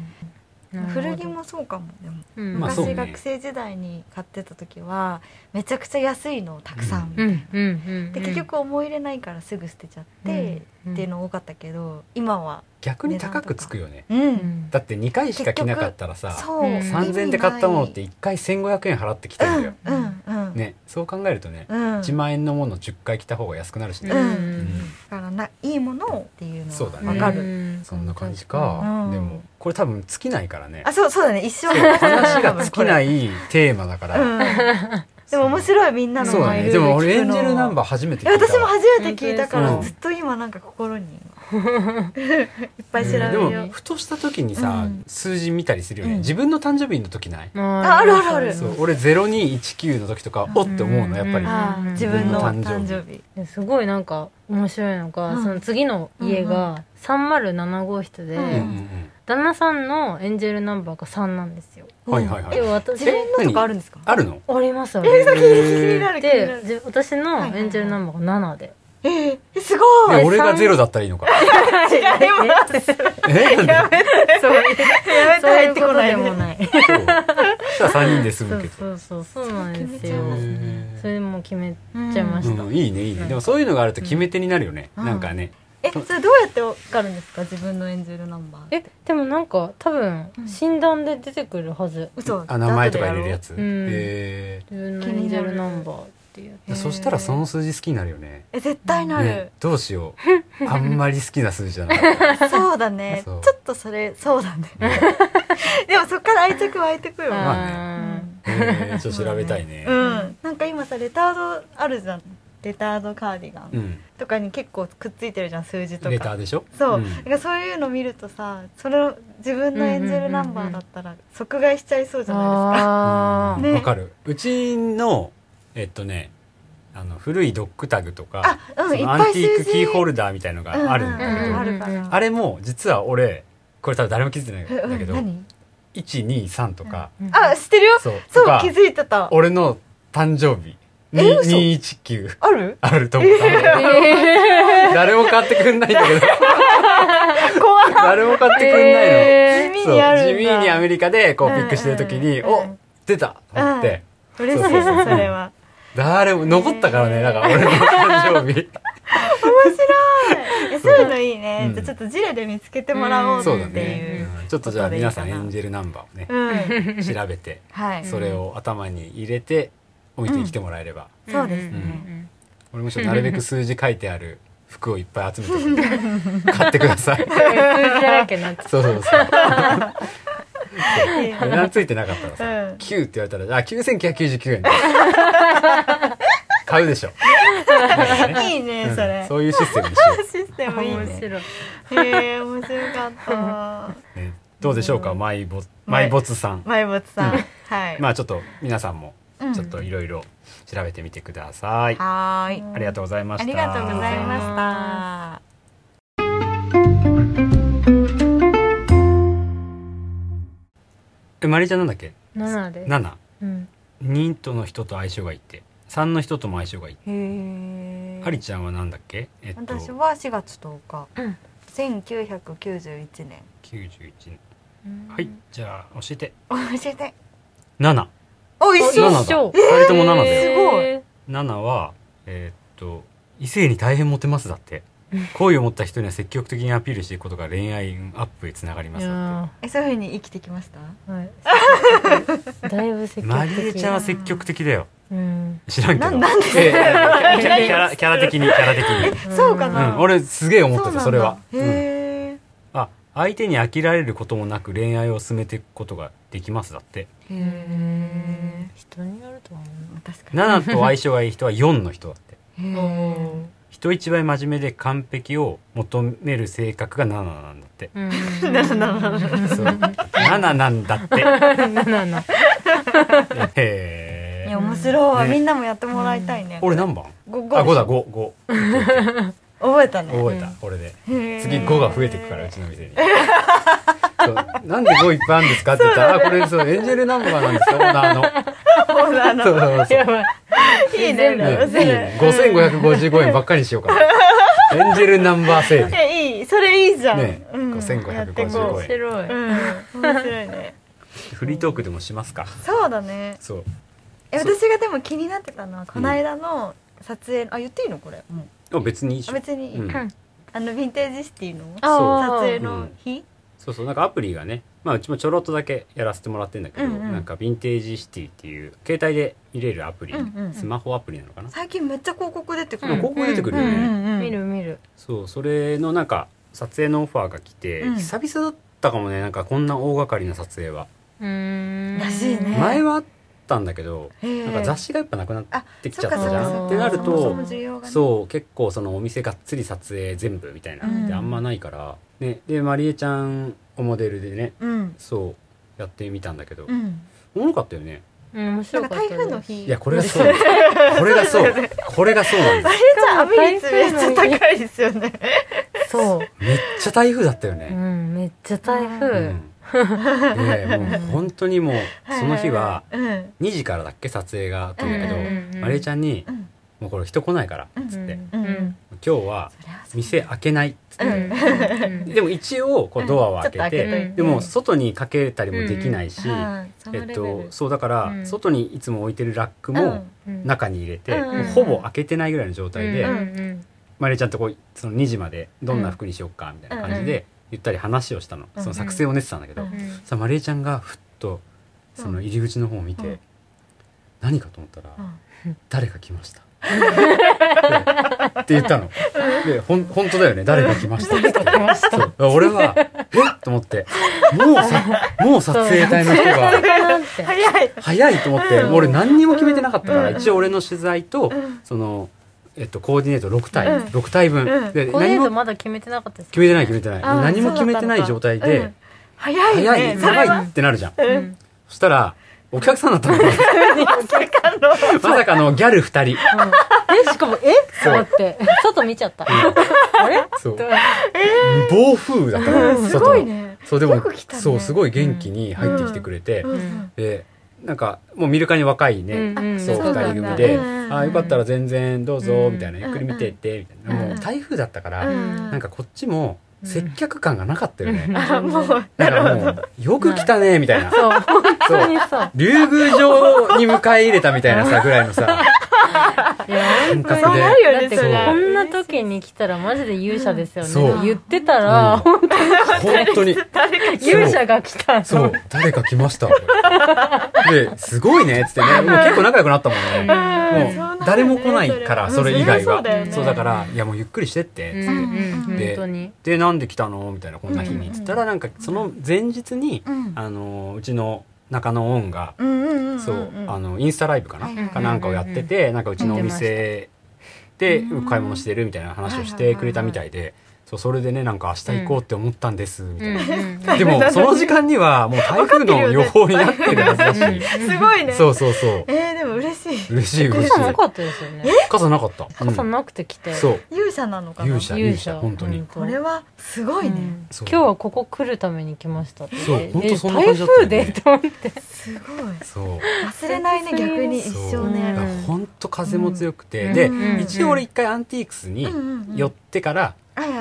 Speaker 2: なる
Speaker 3: 古着もそうかもでも
Speaker 2: うん
Speaker 1: まあそう
Speaker 3: 昔
Speaker 1: ね
Speaker 3: 学生時代に買ってた時はめちゃくちゃ安いのをたくさん、
Speaker 2: うんうんうん
Speaker 3: で結局思い入れないからすぐ捨てちゃって、
Speaker 2: うん
Speaker 3: っていうの多かったけど今は
Speaker 1: 逆に高くつくよね
Speaker 3: うん、
Speaker 2: うん
Speaker 1: だって2回しか着なかったらさ
Speaker 3: そう、
Speaker 2: うん
Speaker 1: 3000円で買ったものって1回1500円払ってきてるんだよ、
Speaker 3: うんうんうん、
Speaker 1: ねそう考えるとね
Speaker 3: うん、
Speaker 1: 1万円のもの10回着た方が安くなるし
Speaker 2: う
Speaker 1: ね、
Speaker 2: ん
Speaker 1: うん
Speaker 3: だからないいものをっていうの
Speaker 1: そうだ
Speaker 3: は
Speaker 1: ね
Speaker 3: わかる、
Speaker 2: る
Speaker 1: そんな感じか、
Speaker 3: うん
Speaker 1: でもこれ多分尽きないからね
Speaker 3: あそうそうだね一生、
Speaker 1: 話が尽きないいテーマだ か
Speaker 3: う
Speaker 1: ら、
Speaker 3: ん、でも面白いみんなの
Speaker 1: そうだ
Speaker 3: マイ
Speaker 1: ね
Speaker 3: ルー
Speaker 1: で
Speaker 3: ル聞くの
Speaker 1: も俺エンジェルナンバー初めて
Speaker 3: え
Speaker 1: 聞いた
Speaker 3: 私も
Speaker 1: わ
Speaker 3: 初めて聞いたから、
Speaker 1: うん
Speaker 3: ずっと今なんか心 にいっぱい調べ
Speaker 1: で
Speaker 3: よう、
Speaker 1: もふとした時にさ、
Speaker 3: うん
Speaker 1: 数字見たりするよね、
Speaker 3: うん
Speaker 1: 自分の誕生日の時ない、
Speaker 2: あ
Speaker 3: あるあるある
Speaker 1: そう俺0219の時とかおって思うのやっぱり、
Speaker 2: うん
Speaker 3: あー自分の誕生日
Speaker 2: ですごいなんか面白いのが、
Speaker 3: うん
Speaker 2: その次の家が307号室で、
Speaker 3: う
Speaker 1: うんうんん
Speaker 2: 旦那さんのエンジェルナンバーが3なんですよ。
Speaker 1: うんはいはいは
Speaker 2: で
Speaker 1: い
Speaker 2: 私
Speaker 3: 自分のとかあるんですか
Speaker 1: あるの
Speaker 2: ありますあ
Speaker 3: え
Speaker 2: り
Speaker 3: ー
Speaker 2: ま
Speaker 3: そ
Speaker 2: す
Speaker 3: う気になる気にな
Speaker 2: で
Speaker 3: る
Speaker 2: じ私のエンジェルナンバーが7で、
Speaker 3: えーえすごい
Speaker 1: え俺がゼロだったらいいのか
Speaker 3: 違います
Speaker 1: えなんで
Speaker 2: そういう
Speaker 3: やめて
Speaker 2: そうい
Speaker 3: 入っ
Speaker 2: う
Speaker 3: て
Speaker 2: こ
Speaker 3: ことないで
Speaker 2: でも
Speaker 3: も
Speaker 2: ない
Speaker 1: そうしたら3人で済
Speaker 2: そ
Speaker 1: むけ
Speaker 2: う
Speaker 1: ど
Speaker 2: そうそうそうなんです
Speaker 3: そ
Speaker 2: よ
Speaker 3: う決めちゃいます
Speaker 1: ね
Speaker 2: それでもう決めちゃいま
Speaker 1: う
Speaker 2: し
Speaker 1: ん
Speaker 2: た、
Speaker 1: いいねいいねでもそういうのがあると決め手になるよね、
Speaker 3: うん
Speaker 1: なんかね
Speaker 3: えそれどうやってわかるんですか自分のエンジェルナンバー
Speaker 2: えでもなんか多分
Speaker 3: うん
Speaker 2: 診断で出てくるはず
Speaker 3: 嘘
Speaker 1: あ名前とか入れるやつへ
Speaker 2: うん
Speaker 1: え
Speaker 2: 自分のエンジェルナンバーっていう
Speaker 3: へー
Speaker 1: そしたらその数字好きになるよね
Speaker 3: え絶対な
Speaker 1: ね
Speaker 3: る、
Speaker 1: どうしよ うあんまり好きな数字じゃなかった
Speaker 3: そうだね ち
Speaker 1: そ
Speaker 3: ょ
Speaker 1: う
Speaker 3: っとそれそう だねでもそっから愛着湧いてくよ、
Speaker 1: まあ
Speaker 2: うん
Speaker 1: へーちょっと調べたいね
Speaker 3: うん、なんか今さレタードあるじゃんレタードカーディガン、
Speaker 1: うん
Speaker 3: とかに結構くっついてるじゃん数字と
Speaker 1: レター
Speaker 3: か
Speaker 1: でしょ
Speaker 3: そう、
Speaker 1: ん
Speaker 3: なんかそういうの見るとさそれを自分のエンジェルナンバーだったら即買いしちゃいそうじゃないですか
Speaker 2: あ
Speaker 1: うん
Speaker 2: ー
Speaker 3: ね
Speaker 1: わかるうちのえっとねあの古いドッグタグとか
Speaker 3: あうん
Speaker 1: そ
Speaker 3: いっ
Speaker 1: のアン
Speaker 3: ぱい
Speaker 1: ティー
Speaker 3: 数
Speaker 1: ク
Speaker 3: 字
Speaker 1: キーホルダーみたいのがあるんだけ
Speaker 2: うんうん
Speaker 1: ど
Speaker 2: うん
Speaker 3: あるから
Speaker 1: あれも実は俺これ多分誰も気づいてないんだけど
Speaker 3: うん何
Speaker 1: 123とか
Speaker 2: うん
Speaker 3: あ知ってるよ
Speaker 1: そう
Speaker 3: そ
Speaker 1: と
Speaker 3: う
Speaker 1: か
Speaker 3: 気づいてた
Speaker 1: 俺の誕生日
Speaker 3: え
Speaker 1: に
Speaker 3: 嘘
Speaker 1: 219
Speaker 3: ある
Speaker 1: あると 思った誰も買ってくんないんだけど
Speaker 3: 怖い
Speaker 1: 誰も買ってくんないの、
Speaker 2: え
Speaker 3: 地
Speaker 1: そう
Speaker 3: 味にあるんだ
Speaker 1: 地味にアメリカでこう
Speaker 3: うん
Speaker 1: ピックしてる時に、
Speaker 3: うんう
Speaker 1: お
Speaker 3: ん
Speaker 1: 出たと思って、
Speaker 3: 嬉しい
Speaker 1: そう
Speaker 3: そ
Speaker 1: そうそう
Speaker 3: れは
Speaker 1: 誰も残ったからね、
Speaker 3: へー
Speaker 1: だから俺の誕 生日
Speaker 3: えそういうのいいね、
Speaker 1: うん
Speaker 3: じゃあちょっとジレで見つけてもらおうって
Speaker 1: そ
Speaker 3: いう
Speaker 1: だ
Speaker 3: う,、
Speaker 1: ね、うんちょっとじゃあ
Speaker 3: ことでいい
Speaker 1: 皆
Speaker 3: か
Speaker 1: さ
Speaker 3: なん
Speaker 1: エンジェルナンバーをね
Speaker 3: うん、
Speaker 1: 調べて
Speaker 3: はい
Speaker 1: それを頭に入れて置いてきてもらえれば、
Speaker 2: ー
Speaker 3: そうですね
Speaker 1: 俺もちょっとなるべく数字書いてある服をいっぱい集めてくるんで買ってください
Speaker 2: 数字だらけになっちゃう
Speaker 1: そうそうそう
Speaker 3: いい
Speaker 1: 値
Speaker 3: ね
Speaker 1: 段ついてなかったらさ、
Speaker 3: うん
Speaker 1: 9って言われたらあ9999円だ買うで しょ、
Speaker 3: いいね
Speaker 1: うん
Speaker 3: それ、
Speaker 1: そういうシステムにしよ
Speaker 3: システムいい
Speaker 2: 面
Speaker 3: ね
Speaker 2: 白い
Speaker 3: へえ面白かった
Speaker 1: う、ね、どうでしょうかマイボマイボツさん
Speaker 3: 埋没さん、
Speaker 1: うん
Speaker 3: はい、
Speaker 1: まあちょっと皆さんも
Speaker 3: うん
Speaker 1: ちょっといろいろ調べてみてください、
Speaker 3: はーい
Speaker 1: ありがとうございました
Speaker 3: ありがとうございました
Speaker 1: えマリちゃんなんだっけ
Speaker 2: 7です
Speaker 1: 7
Speaker 2: うん
Speaker 1: 2との人と相性がいいって3の人とも相性がいい
Speaker 3: へえ
Speaker 1: ありちゃんはなんだっけえっと
Speaker 3: 私は4月10日、
Speaker 2: うん
Speaker 3: 1991年
Speaker 1: 91年はいじゃあ教えて
Speaker 3: 教えて
Speaker 1: 7
Speaker 3: お一
Speaker 2: 一
Speaker 3: 緒
Speaker 2: 緒
Speaker 1: 7だ2人とも7だよ
Speaker 2: え
Speaker 1: 7はえーっと異性に大変モテますだって好意を持った人には積極的にアピールしていくことが恋愛運アップへつながり
Speaker 2: ー
Speaker 1: ます
Speaker 2: い
Speaker 1: だっ
Speaker 2: や
Speaker 3: えそういうふうに生きてきました
Speaker 2: ーはいだいぶ積
Speaker 1: て
Speaker 2: 極的
Speaker 1: マリエちゃんは積極的だよ
Speaker 2: うん
Speaker 1: 知らんけど
Speaker 3: ななんで
Speaker 1: ええキャキャラキャラ的にキャラ的に
Speaker 3: そうか
Speaker 1: う
Speaker 3: な、
Speaker 1: ん、俺すげえ思って
Speaker 3: うなん
Speaker 1: た
Speaker 3: だ
Speaker 1: それは、
Speaker 3: へ
Speaker 1: うん
Speaker 3: え、
Speaker 1: あ相手に飽きられることもなく恋愛を進めていくことができますだって
Speaker 3: へ
Speaker 2: 人によると思う
Speaker 3: え確かに
Speaker 1: 7と相性がいい人は4の人だって
Speaker 3: へー
Speaker 1: 人一倍真面目で完璧を求める性格が7なんだって
Speaker 2: な
Speaker 3: ななな
Speaker 1: そう7なんだ って
Speaker 2: ななな
Speaker 1: へ
Speaker 3: い
Speaker 1: え
Speaker 3: や面白い、
Speaker 1: ね
Speaker 3: みんなもやってもらいたいね
Speaker 1: 俺何番
Speaker 3: 五
Speaker 1: あ5だ
Speaker 3: 五
Speaker 1: 55
Speaker 3: 覚えたね
Speaker 1: 覚えた、俺で
Speaker 3: へー
Speaker 1: 次5が増えていくからうちの店にそうなんで5いっぱいあるんですかって言ったらあこれそうエンジェルナンバーなんですよオーナーの
Speaker 3: そうなの
Speaker 1: そうそうそう
Speaker 2: やばい
Speaker 3: いいね
Speaker 2: 全部
Speaker 1: ね
Speaker 3: 面白
Speaker 1: いい
Speaker 3: い
Speaker 1: ね5555円ばっかりにしよう かなエンジェルナンバーセール
Speaker 3: えいいそれいいじゃん、
Speaker 1: ね
Speaker 3: うん、
Speaker 1: 5555円
Speaker 3: やってこ
Speaker 2: 面白
Speaker 3: うう
Speaker 2: い
Speaker 3: ん面白いね
Speaker 1: フリートークでもしますか
Speaker 3: そうだね
Speaker 1: そう
Speaker 3: え
Speaker 1: そう
Speaker 3: 私がでも気になってたのはこの間の撮影、あ言っていいのこれもう
Speaker 1: でも別にいいでし
Speaker 3: あ
Speaker 1: ょ
Speaker 3: 別にいい、
Speaker 1: うん
Speaker 3: あのヴィンテージシティの
Speaker 1: う
Speaker 3: 撮
Speaker 2: あ
Speaker 3: 影
Speaker 2: ー
Speaker 3: の日、
Speaker 1: そうそうなんかアプリがねまあうちもちょろっとだけやらせてもらってんだけど、
Speaker 3: うんうん
Speaker 1: なんかヴィンテージシティっていう携帯で見れるアプリ、
Speaker 3: うんうん
Speaker 1: スマホアプリなのかな、
Speaker 3: 最近めっちゃ広告出てくる、
Speaker 2: う
Speaker 1: ま
Speaker 2: ん
Speaker 1: あ広告出てくるよね、
Speaker 2: うん
Speaker 3: うん
Speaker 2: 見る見る
Speaker 1: そうそれのなんか撮影のオファーが来て、
Speaker 3: うん
Speaker 1: 久々だったかもねなんかこんな大掛かりな撮影は、
Speaker 2: うーん
Speaker 3: らしいね
Speaker 1: 前はあったんだけど
Speaker 3: へー
Speaker 1: なんか雑誌がやっぱなくなってきちゃったじゃ
Speaker 2: あそっ
Speaker 1: ん
Speaker 2: かそっか
Speaker 1: ってなる
Speaker 2: そもそ
Speaker 1: と
Speaker 2: も
Speaker 1: そう結構そのお店がっつり撮影全部みたいな
Speaker 3: うん
Speaker 1: ってあんまないから、ね、でまりえちゃんをモデルでね
Speaker 3: うん
Speaker 1: そうやってみたんだけど、
Speaker 3: うん
Speaker 1: おもろかったよね
Speaker 2: うん面
Speaker 3: な
Speaker 2: 白
Speaker 3: ん
Speaker 2: か
Speaker 3: か
Speaker 2: った
Speaker 3: 台風の
Speaker 2: 日
Speaker 3: 日
Speaker 1: いやこれがそうなんだこれがそうこれがそうなんだ
Speaker 3: あれじゃあ雨率めっちゃ高いですよね
Speaker 2: そう
Speaker 1: めっちゃ台風だったよ
Speaker 2: う
Speaker 1: ね、
Speaker 2: んめっちゃ台
Speaker 1: う
Speaker 2: 風
Speaker 1: んでもう本当にもうその日は
Speaker 3: うん
Speaker 1: 2時からだっけ撮影があったんだけど、
Speaker 2: うんうんうん
Speaker 1: まりえちゃんに
Speaker 3: うん
Speaker 1: 「もうこれ人来ないから」っつって、
Speaker 2: う
Speaker 3: う
Speaker 2: ん
Speaker 3: ん
Speaker 2: うん
Speaker 1: 今日は
Speaker 3: そりゃそう
Speaker 1: 店開けない」っつっ
Speaker 2: う
Speaker 1: て、
Speaker 2: んうん
Speaker 1: でも一応こうドアを開け
Speaker 3: うんちょっと開
Speaker 1: て
Speaker 3: け、
Speaker 2: といて
Speaker 1: でも外にかけたりもできないし、
Speaker 3: はいその
Speaker 1: え
Speaker 3: レ
Speaker 1: っ
Speaker 3: ベル
Speaker 1: と、そうだから、
Speaker 2: うん
Speaker 1: 外にいつも置いてるラック
Speaker 3: う
Speaker 1: も
Speaker 3: ん
Speaker 2: うん
Speaker 1: 中に入れて、
Speaker 3: うんうん
Speaker 1: もうほぼ開けてないぐらいの状態で、
Speaker 2: う
Speaker 1: ま
Speaker 2: ん
Speaker 1: り
Speaker 2: うん
Speaker 1: マリちゃんとこうその2時までどんな服にしよっかみたいな感じで、ゆったり話をしたの、
Speaker 3: うん
Speaker 1: その作戦を練ってたんだけど、
Speaker 3: う
Speaker 2: うんん
Speaker 1: さマリちゃんがふっとその入り口の方を見て、
Speaker 3: うん
Speaker 1: 何かと思ったら、
Speaker 3: うん
Speaker 1: 誰か来ました」って言ったの。でほん本当だよね誰か来ま したってそう俺は「えっ?」と思ってもうさもう撮影隊の人が。
Speaker 2: なんて
Speaker 3: 早い
Speaker 1: 早いと思って、俺何にも決めてなかったから、
Speaker 3: うん
Speaker 1: 一応俺の取材と、
Speaker 3: ん
Speaker 1: その、えっと、コーディネート6体、
Speaker 3: うん
Speaker 1: 6体分、
Speaker 3: うん
Speaker 1: で
Speaker 2: コーディ
Speaker 1: 何
Speaker 2: ネート
Speaker 1: も
Speaker 2: まだ決めてなかったです
Speaker 1: 決めてない決めてない
Speaker 3: あー
Speaker 1: 何も決めてない
Speaker 3: そ
Speaker 1: 状
Speaker 3: うだ
Speaker 1: 態
Speaker 3: ったの
Speaker 1: で、
Speaker 3: かうん早い
Speaker 1: 早い、
Speaker 3: ね
Speaker 2: それは
Speaker 1: やばいってなるじゃん、
Speaker 3: う
Speaker 2: うんん
Speaker 1: そしたらお客さんだったの
Speaker 3: まさかの
Speaker 1: まさかのギャル2人
Speaker 2: えしかもえって
Speaker 1: そう
Speaker 2: なって外見ちゃったあれ
Speaker 1: そう暴風だったの、
Speaker 3: すごいね
Speaker 1: そうでも、
Speaker 3: よく来たね
Speaker 1: そうすごい元気に入ってきてくれて、
Speaker 3: うん
Speaker 1: でなんかもう見るからに若いね、
Speaker 2: うんうん
Speaker 1: そう
Speaker 3: そう
Speaker 1: 2
Speaker 3: なんだ
Speaker 1: 人組で「
Speaker 3: うんうんうん
Speaker 1: ああよかったら全然どうぞ」
Speaker 2: うん
Speaker 1: みたいな「ゆっくり見ていって」みたいな、
Speaker 3: うん
Speaker 1: もう台風だったから、
Speaker 3: うん
Speaker 1: なんかこっちも接客感がなかったよね、
Speaker 2: うん
Speaker 3: あもう
Speaker 1: な
Speaker 3: なん
Speaker 1: か
Speaker 3: るほ
Speaker 1: も
Speaker 3: ど
Speaker 1: う「よく来たね」み たいな
Speaker 2: そう本
Speaker 1: そ
Speaker 2: 当
Speaker 1: う
Speaker 2: にそう
Speaker 1: 竜宮城に迎え入れたみたいなさぐらいのさ
Speaker 2: いや
Speaker 1: 感覚
Speaker 3: そう
Speaker 1: で
Speaker 3: なるよ
Speaker 2: だっ
Speaker 3: ね
Speaker 2: て
Speaker 3: そ
Speaker 2: こ
Speaker 3: れ
Speaker 1: うそ
Speaker 2: んな時に来たらマジで勇者ですよね、
Speaker 1: そう
Speaker 2: 言ってたら、
Speaker 1: うん本当に
Speaker 3: 誰か
Speaker 1: そう
Speaker 2: 勇者が来たの
Speaker 1: そう誰か来ましたですごいねっつって ねもう結構仲良くなったもんね、
Speaker 3: うん
Speaker 1: もう誰も来ないからそれ以外は、
Speaker 3: そうだよね
Speaker 1: そうだから「いやもうゆっくりして」って、
Speaker 2: うん
Speaker 1: つって
Speaker 2: うん
Speaker 1: で
Speaker 2: 本当に
Speaker 1: でなんで来たの?」みたいな「こんな日に」っつったらなんかその前日に、
Speaker 3: うん
Speaker 1: あのうちの中野音が、
Speaker 3: うんうんうんん
Speaker 1: そうあのインスタライブかな、
Speaker 3: はいはいはい
Speaker 1: かなんかをやってて、なんかうちのお店で
Speaker 3: うん
Speaker 1: 買い物してるみたいな話をしてくれたみたいで、そうそれでねなんか明日行こうって思ったんですみたいな。
Speaker 2: う
Speaker 1: でもその時間にはもう台風の予報になってるはずだし、
Speaker 3: すごいね
Speaker 1: そうそう そ
Speaker 3: えーでも嬉しいう
Speaker 1: 嬉しい嬉しい
Speaker 2: 傘なかったですよね
Speaker 1: 傘なかった、うん
Speaker 2: 傘なくて来て、
Speaker 1: そう
Speaker 3: 勇者なのかな
Speaker 1: 勇者勇者本当に
Speaker 3: これはすごい
Speaker 2: うん
Speaker 3: ね
Speaker 1: そう
Speaker 2: 今日はここ来るために来ましたって
Speaker 1: そう本当そんな
Speaker 2: え
Speaker 1: 感じだったよね
Speaker 2: 台風でと思って
Speaker 3: すごい
Speaker 1: そう
Speaker 3: 忘れないね逆に一
Speaker 1: そう
Speaker 3: 生
Speaker 1: だか
Speaker 3: ね
Speaker 1: ら本当風も強くて、
Speaker 2: うん
Speaker 1: で、
Speaker 3: うん
Speaker 1: 一応俺一回アンティークスに寄ってから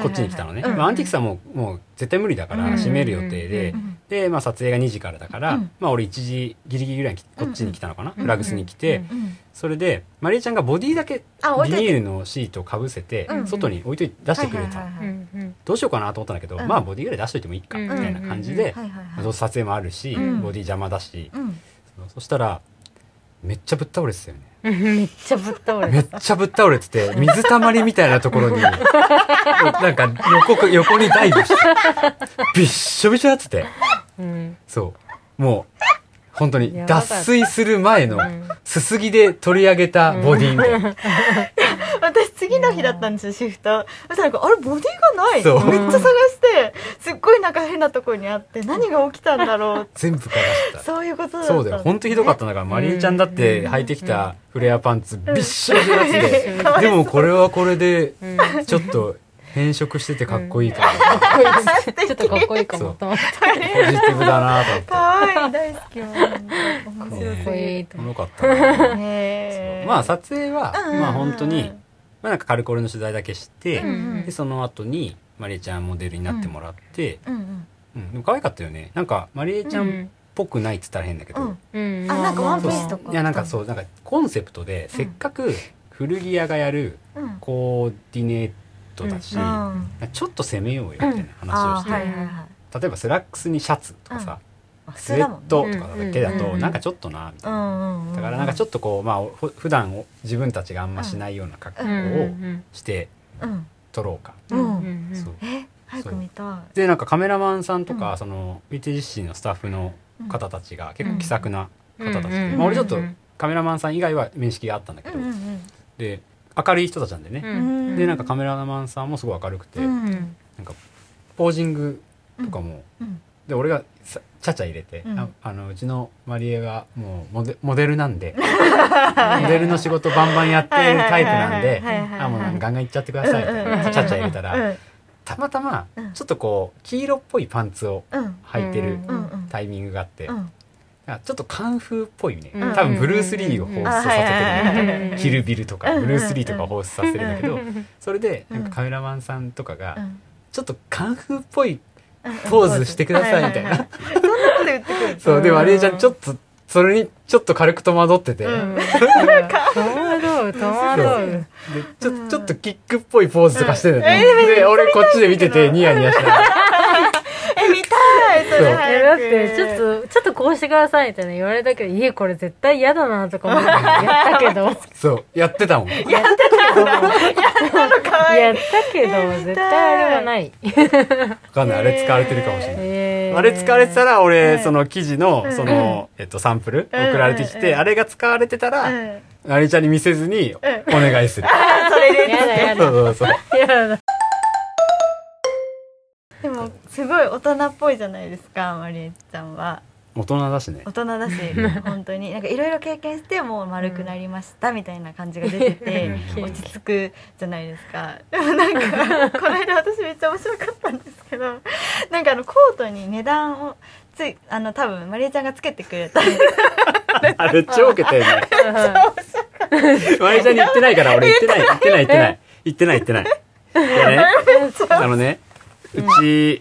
Speaker 1: こっちに来たのね、まあ、アンティークスはもうもう絶対無理だから
Speaker 2: うん
Speaker 1: 閉める予定で、
Speaker 3: うん
Speaker 1: で、まあ、撮影が2時からだから、
Speaker 3: うん
Speaker 1: まあ、俺1時ギリギリぐらいにこっちに来たのかな、
Speaker 2: うん
Speaker 1: フラグスに来て、
Speaker 2: うん
Speaker 1: それでマリーちゃんがボディだけ
Speaker 3: あ置
Speaker 1: ビ
Speaker 3: いとい
Speaker 1: ニ
Speaker 3: て
Speaker 1: ールのシートをかぶせて、
Speaker 3: うん
Speaker 1: 外に置いといて出してくれた、
Speaker 2: うんうん
Speaker 1: どうしようかなと思ったんだけど、
Speaker 3: うん
Speaker 1: まあボディぐらい出しといてもいいかみたいな感じで、
Speaker 3: はいはい
Speaker 1: まあ
Speaker 3: は
Speaker 1: ど
Speaker 3: いう
Speaker 1: せ撮影もあるし、
Speaker 3: うん
Speaker 1: ボディ邪魔だし、
Speaker 3: うん
Speaker 1: そしたらめっちゃぶっ倒れてたよね
Speaker 2: うんめっちゃぶっ倒れ
Speaker 1: め
Speaker 2: て
Speaker 1: っちゃぶっ倒れて て、水たまりみたいなところに、なんか横く、横にダイブして、びっしょびしょやってて、
Speaker 2: うん
Speaker 1: そう。もう、本当に
Speaker 2: やばか
Speaker 1: 脱
Speaker 2: った
Speaker 1: 水する前の
Speaker 2: うん
Speaker 1: すすぎで取り上げたボディみたいな。
Speaker 3: 私次の日だったんですよシフトそしたらあれボディがないめっち
Speaker 1: そ
Speaker 3: ゃ
Speaker 1: う
Speaker 3: 探してすっごいなんか変なところにあって何が起きたんだろう
Speaker 1: 全部からし
Speaker 3: そういうことだ
Speaker 1: た。
Speaker 3: った
Speaker 1: そうだよ。本当ひどかったんだから、マリーちゃんだって履いてきたフレアパンツびっしょびしょやってて、
Speaker 3: かわい
Speaker 1: でもこれはこれで、
Speaker 2: うん
Speaker 1: ちょっと変色しててかっこいいから、
Speaker 2: ちょっとかっこいいかもと思って
Speaker 1: ポジティブだなと思って
Speaker 3: か。わいい大好きもう面白
Speaker 2: かっ
Speaker 3: す
Speaker 2: こ
Speaker 3: ぎ
Speaker 2: いい
Speaker 3: る
Speaker 2: と
Speaker 1: おも
Speaker 2: 思っ
Speaker 1: ろかったな。
Speaker 3: ねえ
Speaker 1: まあ撮影は、
Speaker 3: うんうんうん
Speaker 1: まあ本当に、まあ、なんか軽く俺の取材だけして、
Speaker 2: て
Speaker 3: うん
Speaker 1: でその後にマリエちゃんモデルになってもらって、
Speaker 3: うんうん
Speaker 1: うんでも可愛かったよねなんかマリエちゃんっ
Speaker 2: うん
Speaker 1: ぽくないっつったら変だけど、
Speaker 3: うん
Speaker 2: うん
Speaker 3: あなんかワンピース
Speaker 2: そ
Speaker 3: と
Speaker 2: うそ
Speaker 3: か
Speaker 1: いやなんかそうなんかコンセプトでせっかく古着屋がやる
Speaker 3: うん、うん
Speaker 1: コーディネートだし、
Speaker 3: あ
Speaker 1: ちょっと攻めようよみたいな話を
Speaker 3: あ
Speaker 1: して、
Speaker 3: ーはいはいはい
Speaker 1: 例えばスラックスにシャツとかさ、
Speaker 3: あ
Speaker 1: スウェ
Speaker 3: 普通だもん
Speaker 1: ッ
Speaker 3: ね
Speaker 1: トとかだけだ
Speaker 2: うんうん
Speaker 1: と
Speaker 2: うん
Speaker 1: なんかちょっとなみた
Speaker 3: う
Speaker 1: いな、
Speaker 3: んうんう
Speaker 1: だからなんかちょ
Speaker 3: っ
Speaker 1: っとこうまあふ普段を自分たちがあんましないような格好
Speaker 2: うんう
Speaker 1: を
Speaker 2: ん
Speaker 1: して
Speaker 3: とうん
Speaker 1: 撮ろうか、
Speaker 2: うんうん
Speaker 1: そう
Speaker 3: え早く見た
Speaker 1: でなんかカメラマンさんとか、
Speaker 3: うん
Speaker 1: その BTGC のスタッフの
Speaker 3: い
Speaker 1: 方たちが結構気さくな方たちで、
Speaker 2: うんうん
Speaker 1: まあ、俺ちょっと
Speaker 2: うん
Speaker 1: カメラマンさん以外は面識があったんだけ
Speaker 3: う
Speaker 1: ど、
Speaker 3: んうん
Speaker 1: で明るい人たちなんで
Speaker 2: う
Speaker 1: ね、
Speaker 2: ん
Speaker 1: でなんかカメラマンさんもすごい明るくて、
Speaker 3: うんうん
Speaker 1: なんかポージングとかも、
Speaker 3: うん
Speaker 1: で俺がさちゃちゃ入れて、
Speaker 3: うん
Speaker 1: ああのうちのマリエがもうモデモデルなんでモデルの仕事バンバンやってるタイプなんで
Speaker 3: はいはいはいはい
Speaker 1: あもうガンガンいっちゃってくださいみたい
Speaker 3: うんうんう
Speaker 1: なんちゃちゃ入れた
Speaker 3: う
Speaker 1: ら
Speaker 3: ん
Speaker 1: たまたま
Speaker 3: うん
Speaker 1: ちょっとこう黄色っぽいパンツを
Speaker 3: うん
Speaker 1: 履いてる
Speaker 3: うんうん
Speaker 1: タイミングがあって、
Speaker 3: う
Speaker 1: だか
Speaker 3: ん
Speaker 1: らちょっとカンフーっぽいね、
Speaker 2: うん
Speaker 1: 多分ブルース・リーを放出させてる、
Speaker 3: うんうんうんあはいはいはい
Speaker 2: はい
Speaker 1: キルビルとか、
Speaker 3: うん
Speaker 1: ブルース・リーとかを放出させてるんだけど、それでなん
Speaker 3: う
Speaker 1: か
Speaker 3: ん
Speaker 1: カメラマンさんとかが、
Speaker 3: うん
Speaker 1: ちょっとカンフーっぽい
Speaker 3: うん
Speaker 1: ポーズしてくださいみたいな
Speaker 3: はははそんなこと言ってくる
Speaker 1: そうで
Speaker 2: うん
Speaker 1: マリエちゃんちょっとそれにちょっと軽く戸惑ってて、
Speaker 3: うん
Speaker 2: 戸惑う戸惑う
Speaker 1: でち
Speaker 3: う
Speaker 1: ょ
Speaker 3: ん
Speaker 1: ちょっとキックっぽいポーズとかしてるのね、で俺こっちで見ててニヤニヤしながら
Speaker 3: え見たいそれ
Speaker 2: いやだ
Speaker 3: 早
Speaker 2: っ
Speaker 3: く
Speaker 2: てちょっとちょっとこうしてくださいみたいな言われたけどいえこれ絶対嫌だなとか思ってやった けど
Speaker 1: そうやってたもん
Speaker 2: やった
Speaker 3: 可愛い
Speaker 2: やったけど絶対あれはない
Speaker 1: 分かんないあれ使われてるかもしれない、あ
Speaker 2: あ
Speaker 1: れ使われてたら俺、
Speaker 3: うん
Speaker 1: その記事の、
Speaker 3: うん
Speaker 1: その、えっと、サンプル送
Speaker 3: うん
Speaker 1: られてきて、
Speaker 3: うん
Speaker 1: あれが使われてたら、
Speaker 3: うん
Speaker 1: マリエちゃんに見せずにお願いする、
Speaker 3: あそれで
Speaker 2: やだや
Speaker 1: そ
Speaker 2: だ
Speaker 1: うそうそう
Speaker 2: やだ
Speaker 3: でもすごい大人っぽいじゃないですかマリエちゃんは
Speaker 1: 大人だしね
Speaker 3: 大人だし本当になんかいろいろ経験してもう丸くなりましたみたいな感じが出てて
Speaker 1: うん
Speaker 3: 落ち着くじゃないですかでもなんかこの間私めっちゃ面白かったんですけどなんかあのコートに値段をついあの多分マリエちゃんがつけてくれた言っ
Speaker 1: あれ超ウケたよねマリちゃんに言ってないから俺言ってない言ってない言ってない言ってない言ってないでねあのねうち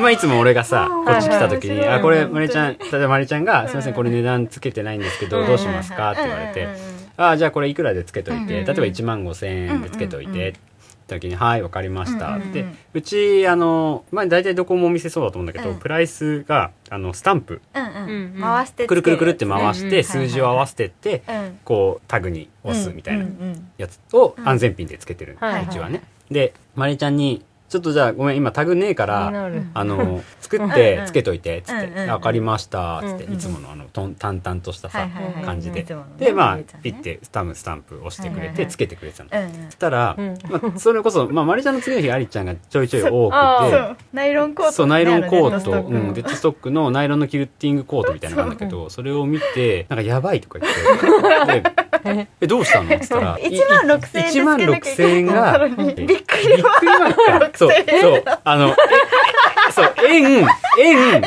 Speaker 1: まあいつも俺がさ
Speaker 3: うん
Speaker 1: こっち来た時に「
Speaker 3: はいはい
Speaker 1: あこれマリちゃん例えばマリちゃんが「すいませんこれ値段つけてないんですけどどうしますか?」って言われて「あじゃあこれいくらでつけといて
Speaker 3: うんうん
Speaker 1: 例えば1万5,000円でつけとい
Speaker 3: うんうんうん
Speaker 1: て」って時に「はいわかりました」
Speaker 3: う
Speaker 1: っ
Speaker 3: んうんうん
Speaker 1: てうちあのまあ大体どこもお店そうだと思うんだけど
Speaker 3: うん
Speaker 1: プライスがあのスタンプ
Speaker 3: うんうん
Speaker 2: うん
Speaker 3: 回してつけ
Speaker 1: くるくるくるって回
Speaker 2: うん
Speaker 1: し
Speaker 2: うんはい
Speaker 1: て
Speaker 2: はい
Speaker 1: 数字を合わせてって
Speaker 3: うん
Speaker 1: こうタグに押すみたいな
Speaker 3: うんうん
Speaker 1: やつを
Speaker 3: うん
Speaker 1: 安全ピンでつけてる、
Speaker 2: はいはいう
Speaker 1: ちはね、でマリちゃんに「ちょっとじゃあごめん今タグねえからあ の作っ
Speaker 3: うん
Speaker 1: て
Speaker 3: うん
Speaker 1: つけといて」っつって
Speaker 3: うん
Speaker 1: 「
Speaker 3: うんうん
Speaker 1: 分かりました」っつって、
Speaker 2: うん
Speaker 3: うん
Speaker 1: いつものあのとん淡々としたさ、
Speaker 3: はいはいはい
Speaker 1: 感じで
Speaker 3: いつものね
Speaker 1: でまあ
Speaker 3: マリエちゃんね
Speaker 1: ピッてスタムスタンプ押してく
Speaker 3: は
Speaker 1: れ
Speaker 3: いはいは
Speaker 1: て
Speaker 3: い
Speaker 1: つけてくれてたの。
Speaker 3: うんうん
Speaker 1: そしたら、
Speaker 2: うん
Speaker 1: まあ、それこそ、まあ、マリちゃんの次の日ありちゃんがちょいちょい多
Speaker 2: あ
Speaker 3: そ
Speaker 1: くて
Speaker 3: うナイロンコートね
Speaker 1: そうナイロンコート
Speaker 3: あ
Speaker 1: う
Speaker 3: のレッドストック
Speaker 1: ん、デッドストックのナイロンのキルティングコートみたいなのがあるんだけどそれを見てなんかやばいとか言って「でえどうしたの?」って言ったら
Speaker 3: 一万六千円でつけ
Speaker 1: 1万
Speaker 3: なきゃい
Speaker 1: 6000
Speaker 3: け
Speaker 1: 円
Speaker 3: ない
Speaker 1: が
Speaker 3: のにびっ
Speaker 1: びっくりマークかそうそうあのえそう円円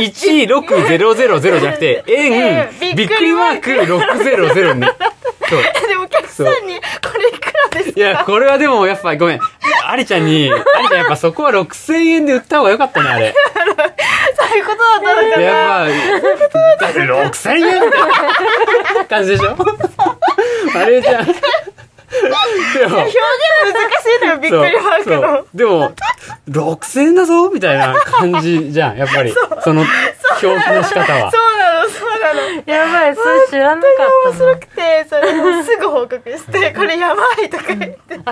Speaker 1: 一六ゼロゼロゼロじゃなくて円
Speaker 3: 円び
Speaker 1: び
Speaker 3: っ
Speaker 1: っ
Speaker 3: く
Speaker 1: く
Speaker 3: り
Speaker 1: り
Speaker 3: マ
Speaker 1: マー
Speaker 3: ー
Speaker 1: ク六ゼロゼロにそう
Speaker 3: でもお客さんに「これいくらです
Speaker 1: いや、
Speaker 3: か?」
Speaker 1: これはでもやっぱごめん。ありちゃんに、ありちゃんやっぱそこは6000円で売った方が良かったね、あれ。
Speaker 3: そういうことだったのかな
Speaker 1: やっぱ、だって6000円みたいな感じでしょあれじゃん。でも、
Speaker 3: 表現難しいのよびっくりマーク
Speaker 1: そ
Speaker 3: の
Speaker 1: うでも6000円だぞみたいな感じじゃんやっぱりその表記の仕方は
Speaker 3: そうなのそうなの
Speaker 2: やばいそれ知らなかっ
Speaker 3: 面
Speaker 2: た
Speaker 3: 白くてそれをすぐ報告 して「これやばい」とか言って
Speaker 2: それのこ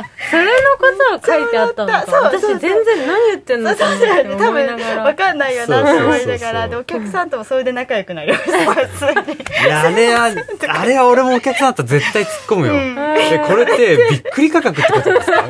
Speaker 2: とを書いてあったのか
Speaker 3: そうだったそうそうそう
Speaker 2: 私全然何言ってん
Speaker 3: そ
Speaker 2: の
Speaker 3: う
Speaker 2: か
Speaker 3: そ
Speaker 2: な
Speaker 3: う
Speaker 2: っ
Speaker 3: だよ
Speaker 2: て
Speaker 3: ね多
Speaker 2: 思いなが
Speaker 3: 分
Speaker 2: ら
Speaker 3: わかんないよなって思い
Speaker 1: そ
Speaker 3: な
Speaker 1: うそ
Speaker 3: が
Speaker 1: うそ
Speaker 3: ら
Speaker 1: う
Speaker 3: でお客さんともそれで仲良くなりました普 通に
Speaker 1: いやあれはあれは俺もお客さんだったら絶対突っ込むよ、
Speaker 3: うん
Speaker 1: でこれってびっくり価格ってことですか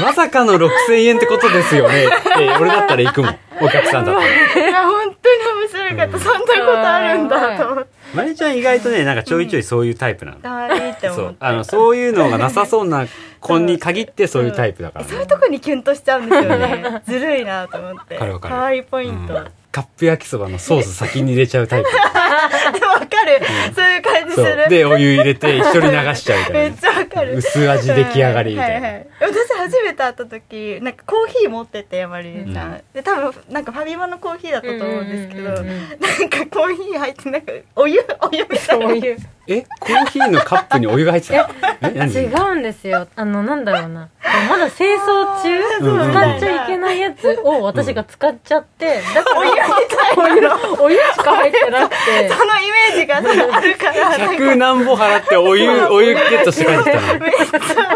Speaker 1: まさかの6000円ってことですよねって俺だったら行くもんお客さんだったら
Speaker 3: いや本当に面白かったそんなことあるんだと思って
Speaker 1: まりちゃん意外とねなんかちょいちょいそういうタイプなの、
Speaker 3: 可愛いって
Speaker 1: そ
Speaker 3: 思
Speaker 1: う
Speaker 3: って
Speaker 1: あのそういうのがなさそうな子に限ってそういうタイプだから、ね
Speaker 3: そういうとこにキュンとしちゃうんですよね。ずるいなと思って。
Speaker 1: わかるわかる
Speaker 3: 可愛いポイント。
Speaker 1: うんカップ焼きそばのソース先に入れちゃうタイプ
Speaker 3: あ、 でもわかる、そういう感じす
Speaker 1: そう
Speaker 3: る。
Speaker 1: でお湯入れて一緒に流しちゃうみた
Speaker 3: め
Speaker 1: い
Speaker 3: っ
Speaker 1: な
Speaker 3: ちゃわかる。
Speaker 1: 薄味出来上がりみたいな
Speaker 3: ははは私初めて会った時なんかコーヒー持ってて山里ちゃん、
Speaker 1: うん
Speaker 3: で多分なんかファミマのコーヒーだったと思うんですけど、
Speaker 2: うんうんうんうん
Speaker 3: なんかコーヒー入ってなんかお湯お湯みたいな
Speaker 2: そういう
Speaker 1: えコーヒーのカップにお湯が入ってたえ何
Speaker 2: 違うんですよあのなんだろうなまだ清掃中
Speaker 3: あー
Speaker 1: そうなんだ
Speaker 2: 使っちゃいけないやつを私が使っちゃってだから
Speaker 3: お湯みたいな
Speaker 2: お湯お湯しか入ってなくて
Speaker 3: そのイメージがあるからなんか
Speaker 1: 百何歩払ってお湯お湯ゲットして帰ってきたの
Speaker 3: めっちゃ面白いと思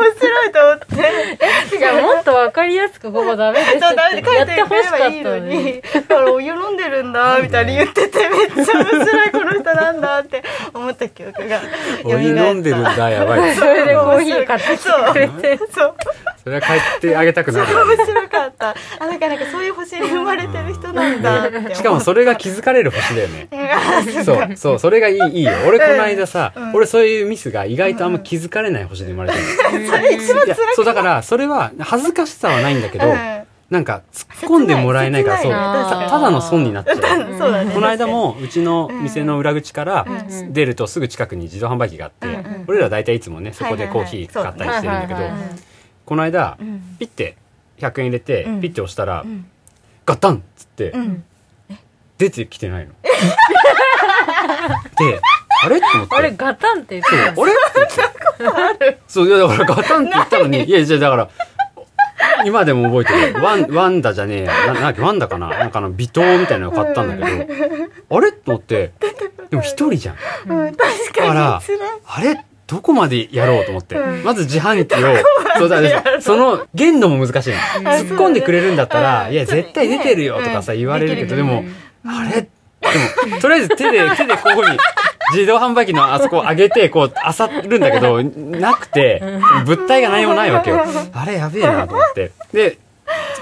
Speaker 3: って
Speaker 2: いやもっとわかりやすくここダメですっ
Speaker 3: そうダメで
Speaker 2: て
Speaker 3: 書
Speaker 2: や
Speaker 3: い
Speaker 2: ってて
Speaker 3: く
Speaker 2: ほし
Speaker 3: れ
Speaker 2: かっ
Speaker 3: ば
Speaker 2: た
Speaker 3: いいの
Speaker 2: のに
Speaker 3: にだからお湯飲んでるんだみたいに言っててめっちゃ面白いこの人なんだって思った記憶が
Speaker 1: お湯飲んでるんだやばい
Speaker 2: それでコーヒー買ってきてくれて
Speaker 3: そう
Speaker 1: それは帰ってあげたくなるよね
Speaker 3: 面白かったあなんかなんかそういう星に生まれてる人なんだって思 う
Speaker 1: しかもそれが気づかれる星だよね
Speaker 3: うん
Speaker 1: そうそうそれ がいいいいよ俺この間さ、
Speaker 3: うん
Speaker 1: 俺そういうミスが意外とあんま気づかれない星で生まれて る、
Speaker 3: それ一番
Speaker 1: いやそうだからそれは恥ずかしさはないんだけど、
Speaker 3: うん
Speaker 1: なんか突っ込んでもらえないから
Speaker 3: 切
Speaker 1: そう
Speaker 3: ない
Speaker 2: 切ない
Speaker 1: たただの損になっちゃう
Speaker 3: そうだね
Speaker 1: この間もうちの店の裏口から
Speaker 2: うん
Speaker 1: 出るとすぐ近くに自動販売機があって、
Speaker 3: うんうん
Speaker 1: 俺ら大体いつもねそこでコーヒー
Speaker 3: は
Speaker 1: 買
Speaker 3: いは
Speaker 1: っ
Speaker 3: い
Speaker 1: たりしてるんだけど、
Speaker 2: はいはい
Speaker 3: はい
Speaker 1: この間
Speaker 3: うん
Speaker 1: ピッて100円入れて
Speaker 3: うん
Speaker 1: ピッて押したら、
Speaker 3: うん
Speaker 1: ガタンっつって
Speaker 3: うん
Speaker 1: 出てきてないの。であれって思って。
Speaker 2: あれガタンって言ってた
Speaker 1: あれそう、いや、だからガタンって言ったのに、いや、じゃあだから、今でも覚えてる。ワン、ワンダじゃねえや。な、なんだっけ、ワンダかななんかあの、微糖みたいなの買ったんだけど、あれと思って、でも一人じゃん。
Speaker 3: うん確かにつらい
Speaker 1: あれどこまでやろうと思って。
Speaker 3: うん
Speaker 1: まず自販機を、そうだからその限度も難しいの。突っ込んでくれるんだったら、
Speaker 3: うん
Speaker 1: いや、絶対出てるよとかさ、
Speaker 3: うん
Speaker 1: 言われるけど、で
Speaker 2: う
Speaker 1: も
Speaker 2: ん、
Speaker 1: あれでも、とりあえず手で、手でここに、自動販売機のあそこを上げて、こう、あさるんだけど、なくて、物体が何もないわけよ。あれやべえなと思って。で、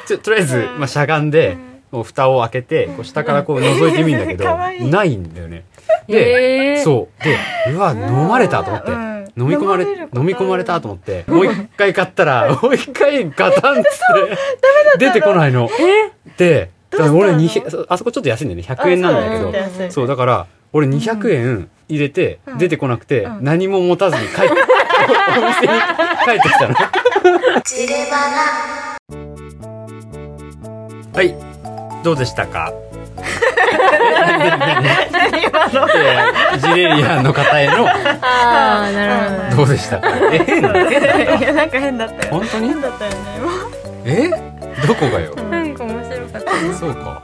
Speaker 1: ちょとりあえず、まあ、しゃがんで、もう蓋を開けて、こう下からこう覗いてみるんだけど
Speaker 3: かわ、いい
Speaker 1: ないんだよね。で、
Speaker 2: えー
Speaker 1: そう。で、うわ、飲まれたと思って。
Speaker 3: うん
Speaker 1: 飲み込まれ、
Speaker 3: 飲まれることある
Speaker 1: 飲み込まれたと思って、もう一回買ったら、もう一回ガタンっつって、出てこないの。で、だから俺
Speaker 3: どう
Speaker 1: に
Speaker 3: したの、
Speaker 1: あそこちょっと安いんだよね。100円なんだけ
Speaker 2: あそう
Speaker 1: ど
Speaker 2: なんだ。
Speaker 1: そう、だから、俺200円入れて、
Speaker 3: うん
Speaker 1: 出てこなくて、
Speaker 3: うん
Speaker 1: 何も持たずに 帰って、お店に帰ってきたの。
Speaker 4: ジレバナ
Speaker 1: はい。どうでしたかいやい
Speaker 3: 今の
Speaker 1: やジレリアンの方への、
Speaker 2: ああなるほど
Speaker 1: どうでしたかえ変なの
Speaker 3: いやなんか変だったよ
Speaker 1: 本当に
Speaker 3: 変だったよね
Speaker 1: えどこがよ
Speaker 2: なんか面白かった
Speaker 1: そうか。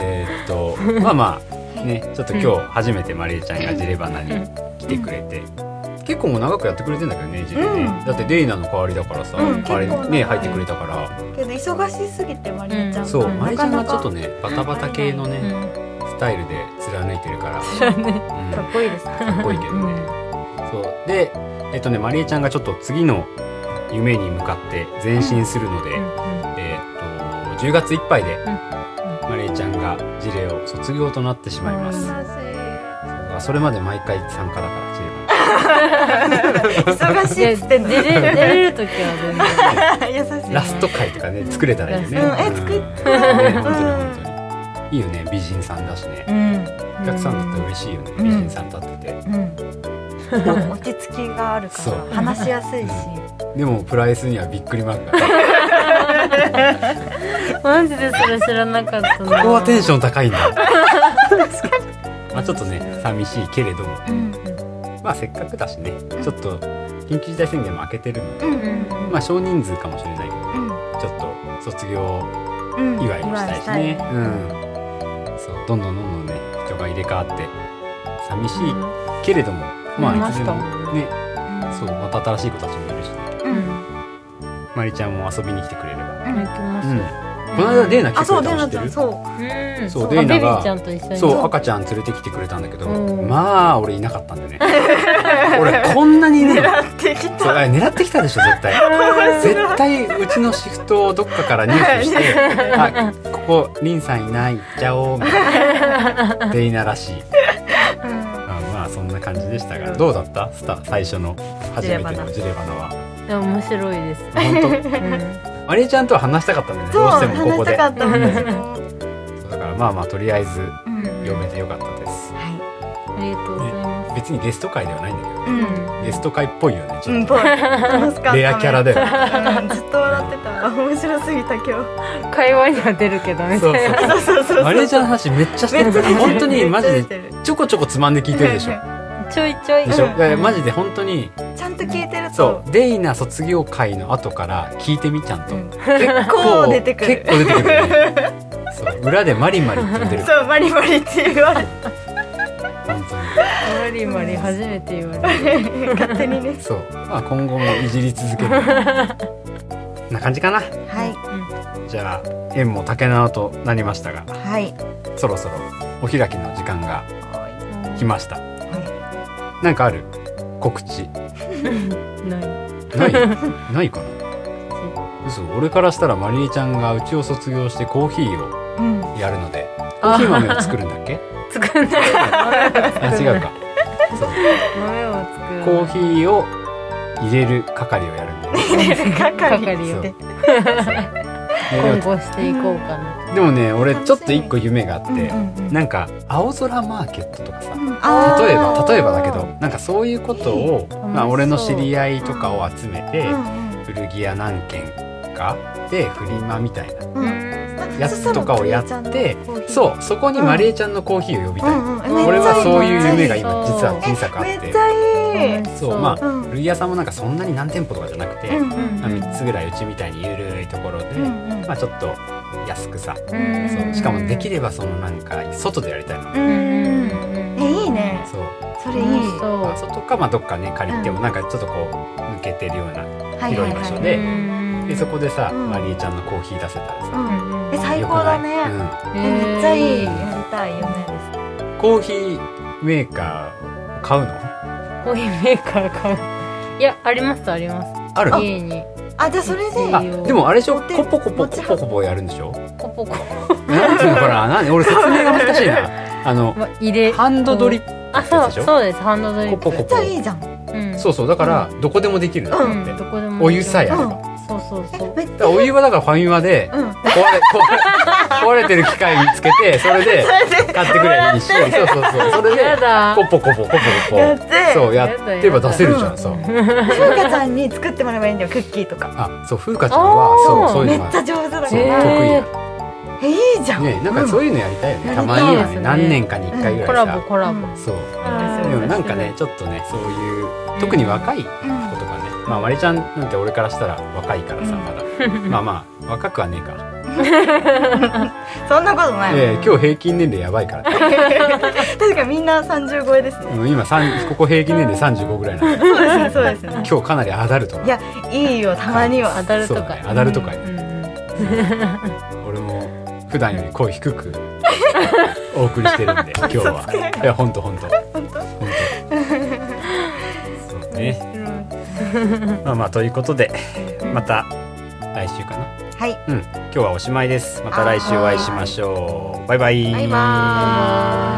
Speaker 1: えーっと、まあまあ、ね、ちょっと今日初めてマリエちゃんがジレバナに来てくれて。結構もう長くやってくれてんだけどね、ジレね、
Speaker 3: うん
Speaker 1: だってデイナの代わりだからさ、
Speaker 3: うん
Speaker 1: 代わりにね、
Speaker 3: 結構
Speaker 1: 入ってくれたから。
Speaker 3: けど忙しすぎてマリアちゃんが
Speaker 1: そう、
Speaker 2: ん
Speaker 1: マリエちゃんがちょっと
Speaker 3: ね
Speaker 1: ね、バタバタ系のね、
Speaker 2: う
Speaker 1: スタイルで貫いてるから。うん
Speaker 3: かっこいいですね
Speaker 1: かっこいいけどね。そうで、えっとね、マリエちゃんがちょっと次の夢に向かって前進するので、
Speaker 2: ん
Speaker 1: えーっと10月いっぱいで、
Speaker 2: ん
Speaker 1: マリエちゃんが事例を卒業となってしまいます。
Speaker 2: うん
Speaker 1: あそれまで毎回参加だから事例は
Speaker 3: 忙しいっつってんの
Speaker 2: 出れ出れる時は全然
Speaker 3: 優しい
Speaker 1: ラスト回とかね作れたらいいよね。
Speaker 3: うんえ作っ
Speaker 1: ね本当に本当にいいよね美人さんだしね。お客さんだったら嬉しいよね
Speaker 3: ん
Speaker 1: 美人さんと会ってて。
Speaker 3: うんうん落ち着きがあるか
Speaker 1: そう
Speaker 3: ら話しやすいし
Speaker 1: でもプライスにはびっくりマーク が。
Speaker 2: マジでそれ知らなかった
Speaker 1: ここはテン
Speaker 2: シ
Speaker 1: ション高いんだ。まあちょっとね寂しいけれども、まあせっかくだしねちょっと緊急事態宣言も明けてるので、
Speaker 3: うん
Speaker 1: まあ少人数かもしれないけど
Speaker 3: うん
Speaker 1: ちょっと卒業
Speaker 3: うんうん
Speaker 1: 祝いもしたいしね
Speaker 3: 祝いし。
Speaker 1: うん。そう、どんどんどんどんね、人が入れ替わって、寂しい
Speaker 2: うん
Speaker 1: けれども、ま
Speaker 2: い
Speaker 1: あ、
Speaker 2: ま
Speaker 1: いつ
Speaker 2: し
Speaker 1: で
Speaker 2: た
Speaker 1: もね、そう、また新しい子たちもいるし、
Speaker 3: うん
Speaker 1: まりちゃんも遊びに来てくれれば。
Speaker 3: うん
Speaker 2: 行きま
Speaker 1: う
Speaker 2: す
Speaker 1: ん。この間、デーナ来
Speaker 3: あ
Speaker 1: てくれ
Speaker 3: そう
Speaker 1: たの
Speaker 3: で
Speaker 1: 知
Speaker 3: な
Speaker 1: って
Speaker 3: ちゃん
Speaker 1: る
Speaker 3: そう
Speaker 2: うん
Speaker 1: そう
Speaker 2: あ
Speaker 1: デイナが
Speaker 2: ベビーちゃんと一緒に
Speaker 1: そう、赤ちゃん連れてきてくれたんだけど、
Speaker 2: うん
Speaker 1: まあ、俺いなかったんだよ ね。俺、こんなにね、
Speaker 3: 狙ってき
Speaker 1: そう、あ
Speaker 3: た
Speaker 1: れ狙ってきたでし ょ、絶対。絶対うちのシフトをどっかから入手して「あここリンさんいない行っちゃおう」みたいなデイナらしい、あまあそんな感じでしたがどうだったスタ最初の初めてのジレバナは
Speaker 2: でも面白いです
Speaker 1: 本
Speaker 2: うん
Speaker 1: 当マリエちゃんとは話したかったんだよね
Speaker 3: そう
Speaker 1: どうしてもこ
Speaker 3: 話
Speaker 1: こ
Speaker 3: し
Speaker 1: で
Speaker 3: たかった私も
Speaker 1: そうだからまあまあとりあえず
Speaker 3: うん
Speaker 1: 読めてよかったです
Speaker 3: はい
Speaker 2: ありがとうございます
Speaker 1: 別にゲスト会ではないんだけど、
Speaker 3: うん
Speaker 1: ゲスト会っぽいよねち
Speaker 3: う
Speaker 1: ょ
Speaker 3: ん
Speaker 1: っ
Speaker 3: ぽ
Speaker 1: と
Speaker 3: い楽しかったね
Speaker 1: レアキャラだよね
Speaker 3: うんずっと笑ってた面白すぎた今日
Speaker 2: 会話には出るけどみた
Speaker 1: そう
Speaker 2: いな
Speaker 1: そう
Speaker 3: そうそうそう
Speaker 1: マネージャーの話めっちゃしてるから本当にマジ
Speaker 3: めっちゃ
Speaker 1: で
Speaker 3: 出てる
Speaker 1: ちょこちょこつまんで聞いてるでしょ
Speaker 2: ちょいちょい
Speaker 1: でしょ、
Speaker 3: うん
Speaker 1: だからマジで本当に
Speaker 3: ちゃんと聞いてる
Speaker 1: そ
Speaker 3: と
Speaker 1: うデイな卒業会の後から聞いてみちゃんと、
Speaker 3: うん
Speaker 1: 結
Speaker 3: 構出てくる
Speaker 1: 結構出てくる、ね、そう裏でマリマリって言ってる
Speaker 3: そうマリマリって言われて
Speaker 1: 本当に
Speaker 2: マリマリ初めて言われる
Speaker 3: 勝手にね
Speaker 1: そう、まあ、今後もいじり続け るな感じかな
Speaker 3: はい
Speaker 1: じゃあ縁も竹縄となりましたが
Speaker 3: はい
Speaker 1: そろそろお開きの時間が来ました、なんかある告知
Speaker 2: ない
Speaker 1: ない ないかな嘘俺からしたらマリーちゃんがうちを卒業してコーヒー
Speaker 3: うん
Speaker 1: をやるのでコーヒー豆を作るんだっけ
Speaker 2: 作んない
Speaker 1: あ違 うかそう
Speaker 2: 豆を作
Speaker 1: コ
Speaker 2: る
Speaker 1: ーヒーを入れる係をやるんだよね
Speaker 3: 入れる係
Speaker 2: 係
Speaker 1: を
Speaker 3: って
Speaker 1: ねで
Speaker 2: 今
Speaker 1: も
Speaker 2: 後していこうかな
Speaker 1: でもね俺ちょっと一個夢があって、
Speaker 3: うんうんうん
Speaker 1: なんか青空マーケットとかさ、
Speaker 3: あー
Speaker 1: 例えば例えばだけどなんかそういうことを、まあ、
Speaker 2: そう
Speaker 1: 俺の知り合いとかを集めて、
Speaker 3: うん
Speaker 1: 古着屋何軒かでフリマみたいな
Speaker 3: うんうん
Speaker 1: やつとかをやってそうそこにマリエちゃんのコーヒーを呼びたい、
Speaker 3: うんうんえ
Speaker 1: 俺はそういう
Speaker 3: めっちゃいい
Speaker 1: 夢が今実は小さくあっ
Speaker 3: めってちゃいい
Speaker 1: そうまあ
Speaker 3: うん
Speaker 1: 古着屋さんもなんかそんなに何店舗とかじゃなくて、
Speaker 3: うん
Speaker 1: ま
Speaker 3: うん
Speaker 1: あ、3つぐらいうちみたいにゆるいところで、
Speaker 3: うんうん
Speaker 1: まあ、ちょっと安くさ
Speaker 2: うん
Speaker 1: そうしかもできればそのなんか外でやりたいの
Speaker 3: う
Speaker 2: うんん
Speaker 3: えいいね
Speaker 1: そう、
Speaker 3: それいい
Speaker 2: 楽し
Speaker 1: まあ、
Speaker 2: そ
Speaker 1: 外かまあどっかね借りても
Speaker 3: うん
Speaker 1: なんかちょっとこう抜けてるような
Speaker 3: はいはいは
Speaker 1: 広い場所
Speaker 2: う
Speaker 1: で
Speaker 2: うん
Speaker 1: でそこでさ、
Speaker 3: うん
Speaker 1: マリーちゃんのコーヒー出せたら
Speaker 3: う
Speaker 1: さ、
Speaker 3: んえ最
Speaker 1: よく
Speaker 3: 高だね
Speaker 1: ない
Speaker 3: えめっちゃいい
Speaker 2: えー
Speaker 3: やりたい夢です
Speaker 1: うん、コーヒーメーカーを買うの
Speaker 2: コーヒーメーカー買ういやありますあります
Speaker 1: ある
Speaker 2: 家に
Speaker 3: あじゃあそれで
Speaker 1: あ
Speaker 2: いいよ
Speaker 1: でもあれでしょ
Speaker 3: 持って
Speaker 1: コポコポ
Speaker 3: 持ち
Speaker 1: コ
Speaker 3: 運
Speaker 1: ポコポやるんでしょ
Speaker 2: ポポコ
Speaker 1: なんていうのかな何俺説明が難しいなあの
Speaker 2: まあ入れ
Speaker 1: ハンドドリップ
Speaker 2: あ
Speaker 1: ってや
Speaker 2: そ
Speaker 1: つでし
Speaker 2: う
Speaker 1: ょ
Speaker 2: そうですハンドドリップ
Speaker 1: コポコ
Speaker 3: じゃあいいじゃん
Speaker 2: うん
Speaker 1: そうそうだからどこでもできるなと
Speaker 2: う
Speaker 1: 思
Speaker 2: ん
Speaker 1: って、
Speaker 2: どこでも
Speaker 1: お湯さえあれば、
Speaker 3: うん
Speaker 1: だか
Speaker 2: そうそうそう
Speaker 3: めっち
Speaker 1: らお湯はだからファミマで
Speaker 3: うん
Speaker 1: 壊れ壊れ壊れてる機械見つけてそれで買ってくればいいしそうそうそうそれ
Speaker 2: や
Speaker 1: で
Speaker 2: だ
Speaker 1: コポコポコポコ
Speaker 3: やっ
Speaker 1: ポ
Speaker 3: て
Speaker 1: そうやってば出せるじゃんそう
Speaker 3: ふうかちゃんに作ってもらえばいいんだよクッキーとか
Speaker 1: あそう風花ちゃんは
Speaker 2: あー
Speaker 1: そうそうい
Speaker 3: め
Speaker 1: う
Speaker 3: っ
Speaker 1: のが
Speaker 3: ちゃ上手だか
Speaker 1: そう得意
Speaker 2: へ
Speaker 3: ら
Speaker 2: ー
Speaker 3: えいいじゃん
Speaker 1: ねなんかそういうのやりたいよね、
Speaker 3: うん
Speaker 1: たまには
Speaker 2: や
Speaker 1: ね
Speaker 2: りたいですね
Speaker 1: 何年かに1回ぐ
Speaker 2: コ
Speaker 1: らい
Speaker 2: ラボ
Speaker 1: さ
Speaker 2: コラボ
Speaker 3: う
Speaker 1: そう
Speaker 2: あー
Speaker 1: でもなんかねちょっとねそういう特に若い子
Speaker 3: んうん
Speaker 1: とかね、まあまりちゃんなんて俺からしたら若いからさまだ、まあまあ若くはねえか
Speaker 3: そんなことない
Speaker 1: ええ今日平均年齢やばいから、ね、
Speaker 3: 確かにみんな30超えですね
Speaker 1: もう今3ここ平均年齢35ぐらいなんで
Speaker 3: そうですねそうですね
Speaker 1: 今日かなりアダルトない
Speaker 3: やいいよたまには
Speaker 2: アダル
Speaker 1: そ
Speaker 2: ト
Speaker 1: うだ
Speaker 2: か
Speaker 1: ねアダルト界
Speaker 2: うんうん
Speaker 1: 俺も普段より声低くお送りしてるんで今日はいや本当本当本当本当そうねまあまあということでまた来週かな
Speaker 3: はい
Speaker 1: うん今日はおしまいですまた来週お会いしましょうバイバイ
Speaker 3: バイバーイ